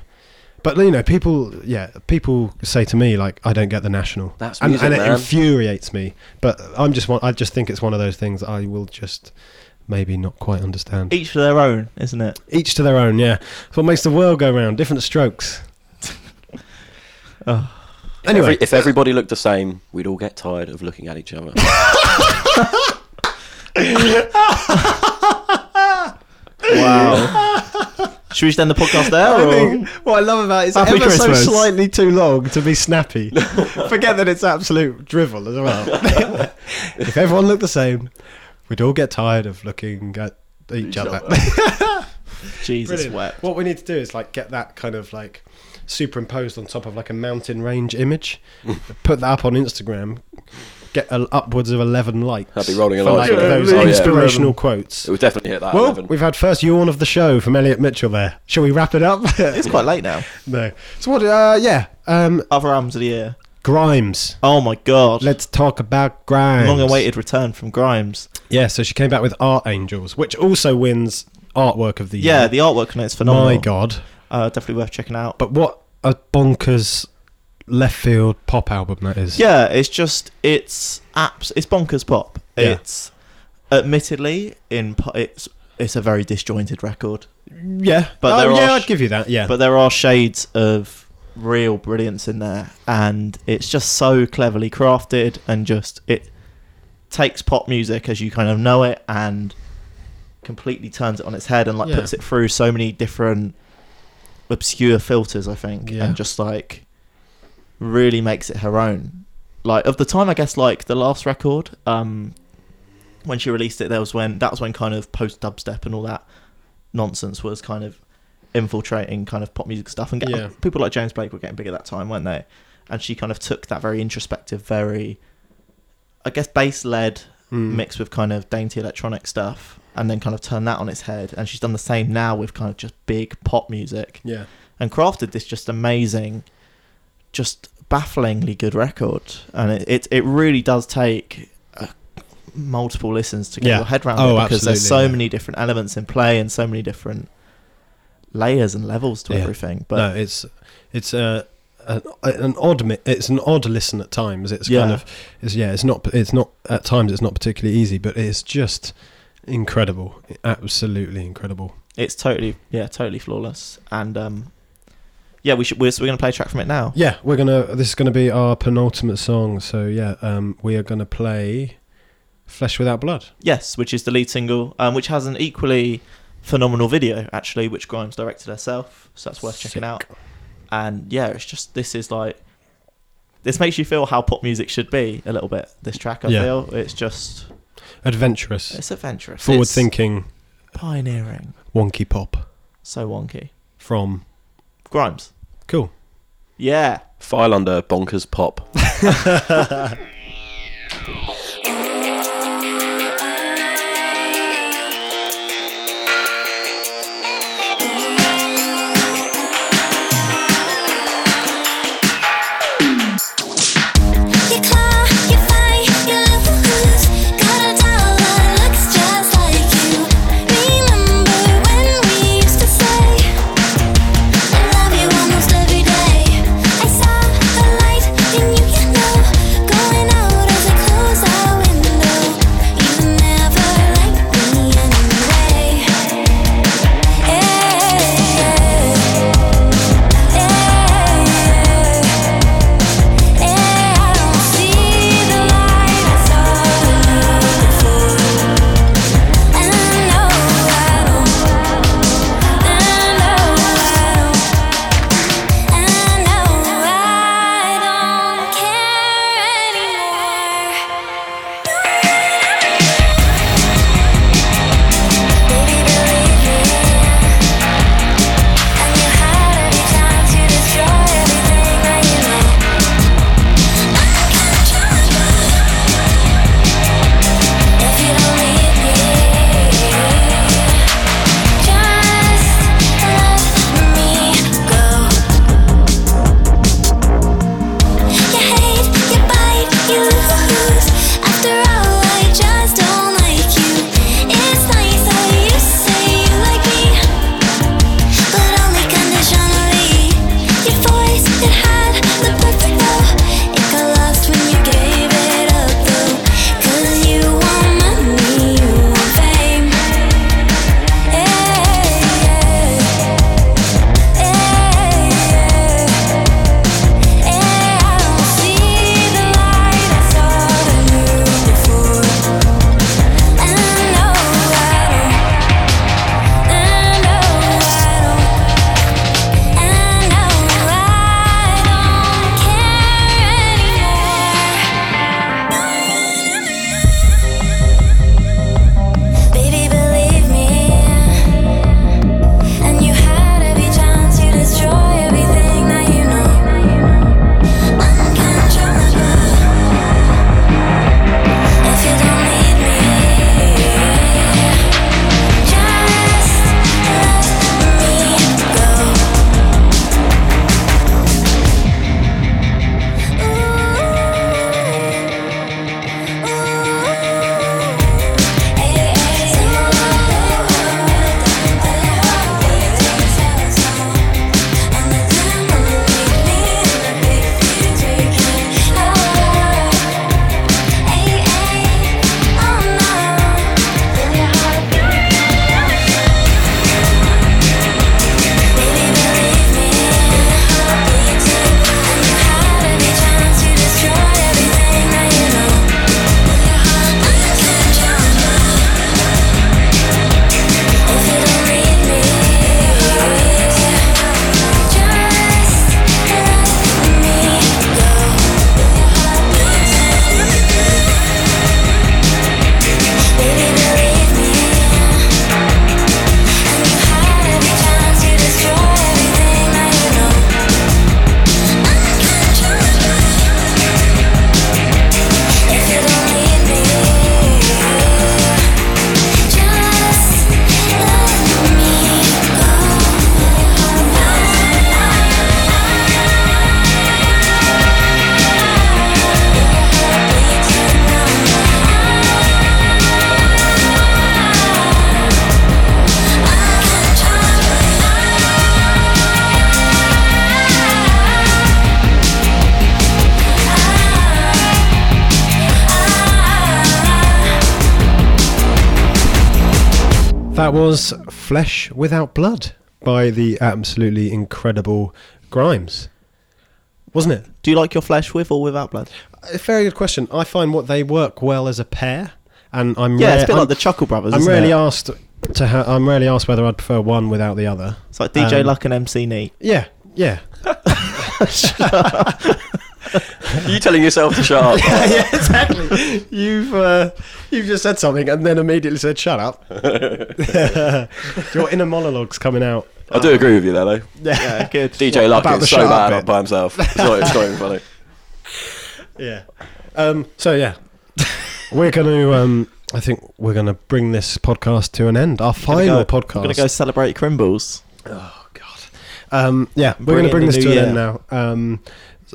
S1: But you know, people yeah, people say to me like I don't get the national.
S3: That's
S1: and,
S3: music,
S1: and it
S3: man.
S1: infuriates me. But I'm just one. I just think it's one of those things I will just maybe not quite understand.
S2: Each for their own, isn't it?
S1: Each to their own. Yeah, it's what makes the world go round. Different strokes.
S2: Oh.
S1: Anyway,
S3: Every- if everybody looked the same, we'd all get tired of looking at each other.
S2: Wow. *laughs* Should we just end the podcast there?
S1: I
S2: or-
S1: think what I love about it is
S2: Happy
S1: ever
S2: Christmas.
S1: so slightly too long to be snappy. Forget that it's absolute drivel as well. if everyone looked the same, we'd all get tired of looking at each, other. *laughs*
S2: Jesus
S1: Brilliant.
S2: wept.
S1: What we need to do is like get that kind of like superimposed on top of like a mountain range image. Put that up on Instagram. Get a, upwards of eleven likes.
S3: That'd be rolling a
S1: for,
S3: lot,
S1: like,
S3: yeah.
S1: those
S3: Oh, yeah.
S1: inspirational quotes.
S3: It would definitely hit that.
S1: Well,
S3: 11.
S1: we've had first yawn of the show from Elliot Mitchell. There, shall we wrap it up?
S2: It's quite late now.
S1: *laughs* No. So what? Uh, yeah. Um,
S2: Other albums of the year.
S1: Grimes.
S2: Oh my god.
S1: Let's talk about Grimes.
S2: Long awaited return from Grimes.
S1: Yeah. So she came back with Art Angels, which also wins artwork of the year.
S2: Yeah, the artwork on it's phenomenal.
S1: My God.
S2: Uh, definitely worth checking out.
S1: But what a bonkers left field pop album that is.
S2: Yeah, it's just it's apps. It's bonkers pop.
S1: Yeah.
S2: It's admittedly in po- it's it's a very disjointed record,
S1: Yeah.
S2: But
S1: But
S2: there
S1: oh, yeah,
S2: are-
S1: I'd give you that. Yeah.
S2: but there are shades of real brilliance in there, and it's just so cleverly crafted and just it takes pop music as you kind of know it and completely turns it on its head and like
S1: Yeah.
S2: puts it through so many different obscure filters i think
S1: Yeah.
S2: and just like really makes it her own like of the time i guess like the last record um when she released it there was when that was when kind of post dubstep and all that nonsense was kind of infiltrating kind of pop music stuff and get,
S1: Yeah.
S2: people like james blake were getting big at that time weren't they and she kind of took that very introspective very i guess bass led
S1: Mm.
S2: mixed with kind of dainty electronic stuff and then kind of turn that on its head and she's done the same now with kind of just big pop music
S1: Yeah.
S2: and crafted this just amazing just bafflingly good record and it it, it really does take uh, multiple listens to get
S1: Yeah.
S2: your head around
S1: Oh,
S2: it because there's
S1: absolutely,
S2: so
S1: yeah.
S2: many different elements in play and so many different layers and levels to
S1: Yeah.
S2: everything but
S1: no, it's it's uh, a. An, an odd mi- it's an odd listen at times it's kind
S2: Yeah.
S1: of it's yeah it's not it's not at times it's not particularly easy but it's just incredible absolutely incredible
S2: it's totally yeah totally flawless and um yeah we should we're, so we're gonna play a track from it now
S1: Yeah, we're gonna. This is gonna be our penultimate song. So yeah, um, we are gonna play "Flesh Without Blood."
S2: Yes, which is the lead single, um, which has an equally phenomenal video actually, which Grimes directed herself, so that's worth checking out. And yeah, it's just this is like this makes you feel how pop music should be a little bit. This track, I
S1: Yeah.
S2: feel it's just
S1: Adventurous,
S2: it's adventurous,
S1: forward
S2: it's
S1: thinking,
S2: pioneering,
S1: wonky pop
S2: so wonky.
S1: from
S2: Grimes,
S1: cool.
S2: yeah.
S3: File under bonkers pop.
S6: You claw, you fight, you lose. Got a doll that looks just like you. Remember when we used to say, I love you almost every day. I saw the light in you, you know, going
S1: That was Flesh Without Blood by the absolutely incredible Grimes. Wasn't it?
S2: Do you like your flesh with or without blood?
S1: A very good question. I find what they work well as a pair, and I'm
S2: Yeah,
S1: rare-
S2: it's a bit
S1: I'm,
S2: like the Chuckle Brothers.
S1: I'm
S2: isn't
S1: rarely
S2: it?
S1: asked to. Ha- I'm rarely asked whether I'd prefer one without the other.
S2: It's like DJ
S1: Um,
S2: Luck and MC Neat.
S1: Yeah, yeah.
S3: Are you telling yourself to shut
S1: *laughs*
S3: up?
S1: yeah, exactly. You've uh, you've just said something and then immediately said, "Shut
S2: *laughs*
S1: up." *laughs* Your inner monologue's coming out.
S3: I do agree with you there, though.
S2: Yeah, good.
S3: DJ Luck
S1: about the
S3: is so
S1: shut up
S3: bad
S1: bit?
S3: up by himself. It's not, it's not even funny.
S1: Yeah. Um, so yeah, we're going to. Um, I think we're going to bring this podcast to an end. Our
S2: Gonna
S1: final
S2: go-
S1: podcast.
S2: I'm gonna go celebrate Crimbles.
S1: Um, yeah, we're
S2: Bring
S1: going to
S2: in
S1: bring
S2: the
S1: this to
S2: new
S1: an end now um,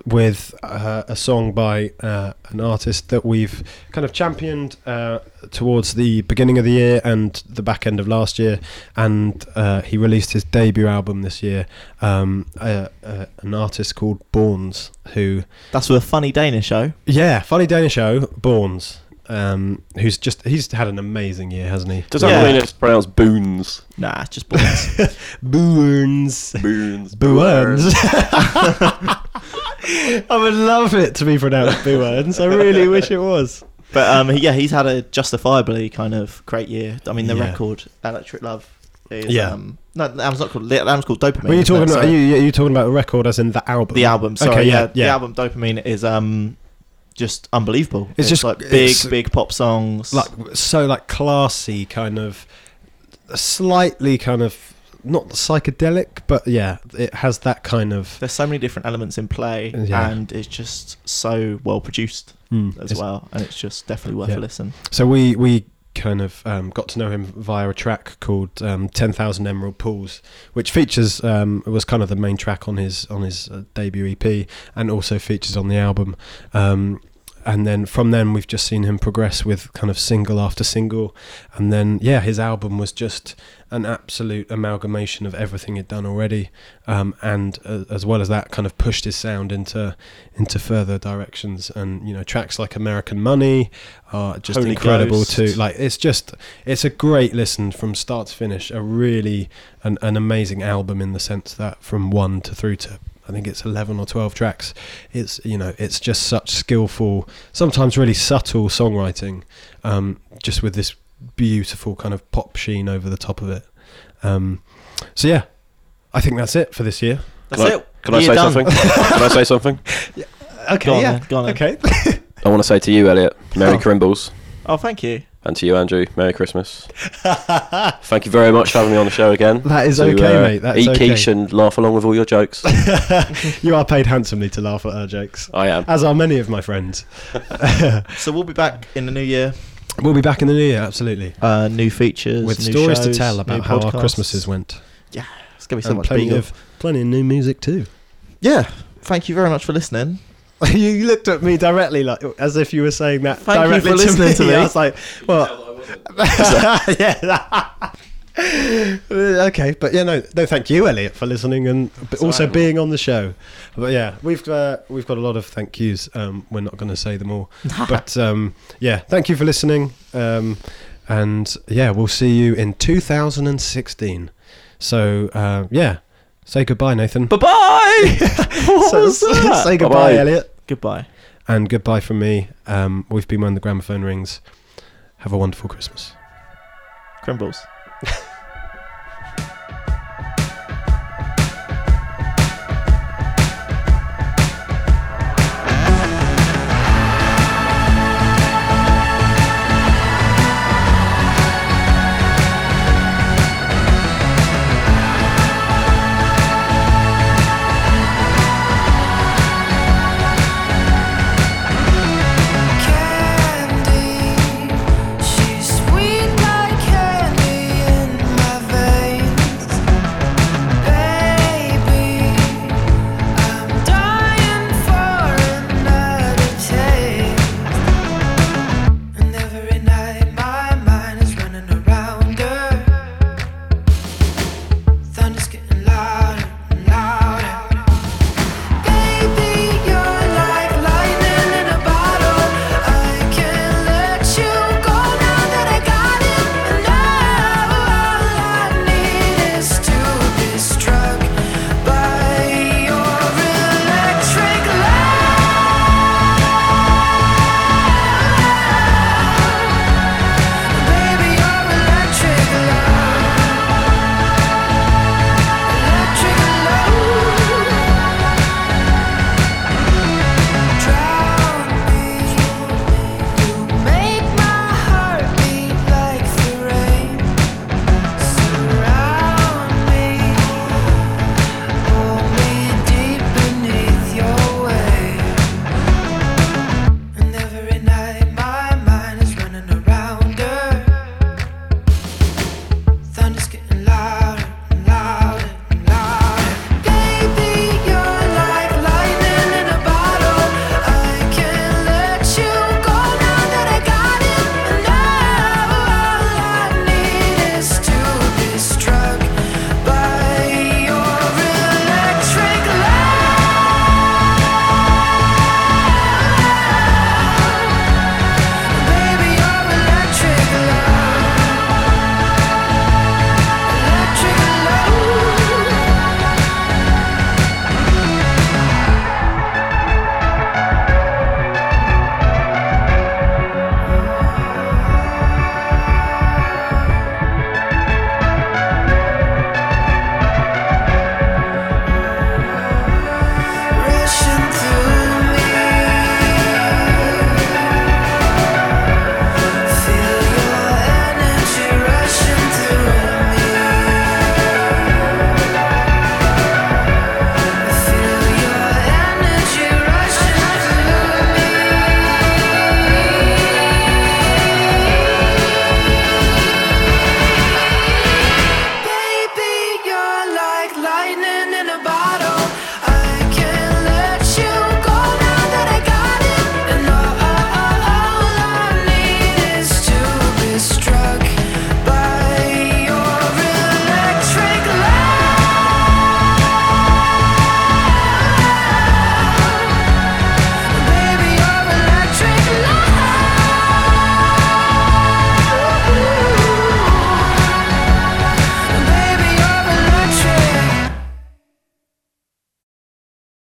S1: with uh, a song by uh, an artist that we've kind of championed uh, towards the beginning of the year and the back end of last year. And uh, he released his debut album this year. Um, uh, uh, an artist called Borns, who
S2: That's with a funny Danish show.
S1: yeah, funny Danish show, Borns, um, who's just he's had an amazing year, hasn't he?
S3: Does that
S2: Yeah.
S3: mean it's pronounced Boons?
S2: Nah, it's just balls.
S1: Borns.
S3: Boons.
S1: Buerns. *laughs* I would love it to be pronounced Buerns. I really wish it was.
S2: but um, yeah, he's had a justifiably kind of great year. I mean, the
S1: Yeah.
S2: record Electric Love. Is,
S1: Yeah.
S2: Um, no, the album's not called. The album's called Dopamine.
S1: Were you
S2: isn't it?
S1: talking about
S2: So-
S1: you? you- You talking about the record as in the album?
S2: the album? Sorry,
S1: Okay,
S2: yeah,
S1: yeah,
S2: the
S1: yeah.
S2: album Dopamine is um, just unbelievable.
S1: It's just-
S2: like big,
S1: it's-
S2: big pop songs.
S1: Like so, like classy kind of, slightly kind of not psychedelic, but yeah, it has that kind of.
S2: there's so many different elements in play,
S1: Yeah.
S2: and it's just so well produced
S1: Mm,
S2: as
S1: it's-
S2: well, and it's just definitely worth
S1: Yeah.
S2: a listen.
S1: So we we kind of um, got to know him via a track called um, Ten Thousand Emerald Pools, which features um, was kind of the main track on his on his uh, debut EP, and also features on the album. Um, and then from then we've just seen him progress with kind of single after single, and then yeah, his album was just an absolute amalgamation of everything he'd done already, um, and uh, as well as that, kind of pushed his sound into into further directions. And you know, tracks like American Money are just
S2: Holy
S1: incredible
S2: Ghost.
S1: too. Like it's just it's a great listen from start to finish. A really an, an amazing album in the sense that from one to through to I think it's eleven or twelve tracks. It's you know it's just such skillful, sometimes really subtle songwriting, um, just with this beautiful kind of pop sheen over the top of it. Um, so yeah, I think that's it for this year.
S2: That's
S3: Like,
S2: it.
S3: Can I
S2: You're
S3: say
S1: *laughs*
S2: done.
S3: something? Can I say something?
S1: Okay,
S2: Go on then, go on then.
S1: okay. *laughs*
S3: I want to say to you, Elliot, Merry
S1: Oh.
S3: Crimbles,
S2: Oh, thank you.
S3: and to you, Andrew,
S1: *laughs*
S3: Merry Christmas. Thank you very much for having me on the show again.
S1: That is
S3: To, uh,
S1: okay, mate, that's
S3: eat
S1: okay.
S3: quiche and laugh along with all your jokes.
S1: you are paid handsomely to laugh at our jokes,
S3: I am.
S1: as are many of my friends.
S2: So we'll be back in the new year.
S1: We'll be back in the new year, absolutely,
S2: Uh, new features,
S1: with
S2: new
S1: stories to
S2: shows,
S1: tell about
S2: new
S1: how our
S2: podcasts.
S1: Christmases went,
S2: It's gonna be so
S1: and
S2: much
S1: plenty
S2: bigger.
S1: of plenty of new music too.
S2: Yeah. Thank you very much for listening.
S1: *laughs* you looked at me directly, like as if you were saying that
S2: Thank you
S1: directly
S2: for listening to
S1: *laughs*
S2: me.
S1: I was like, well,
S2: *laughs*
S1: yeah. okay, but *laughs* yeah, *laughs* no, no, thank you, Elliot, for listening and b- also being on the show. But yeah, we've uh, we've got a lot of thank yous. Um, we're not going to say them all,
S2: *laughs*
S1: but um, yeah, thank you for listening. Um, and yeah, we'll see you in 2016. So uh, yeah, say goodbye, Nathan. *laughs*
S2: Bye bye.
S1: So- say goodbye,
S3: Bye-bye.
S1: Elliot
S2: *laughs* Goodbye.
S1: and goodbye from me. Um, we've been when the gramophone rings. Have a wonderful Christmas.
S2: Crimbles.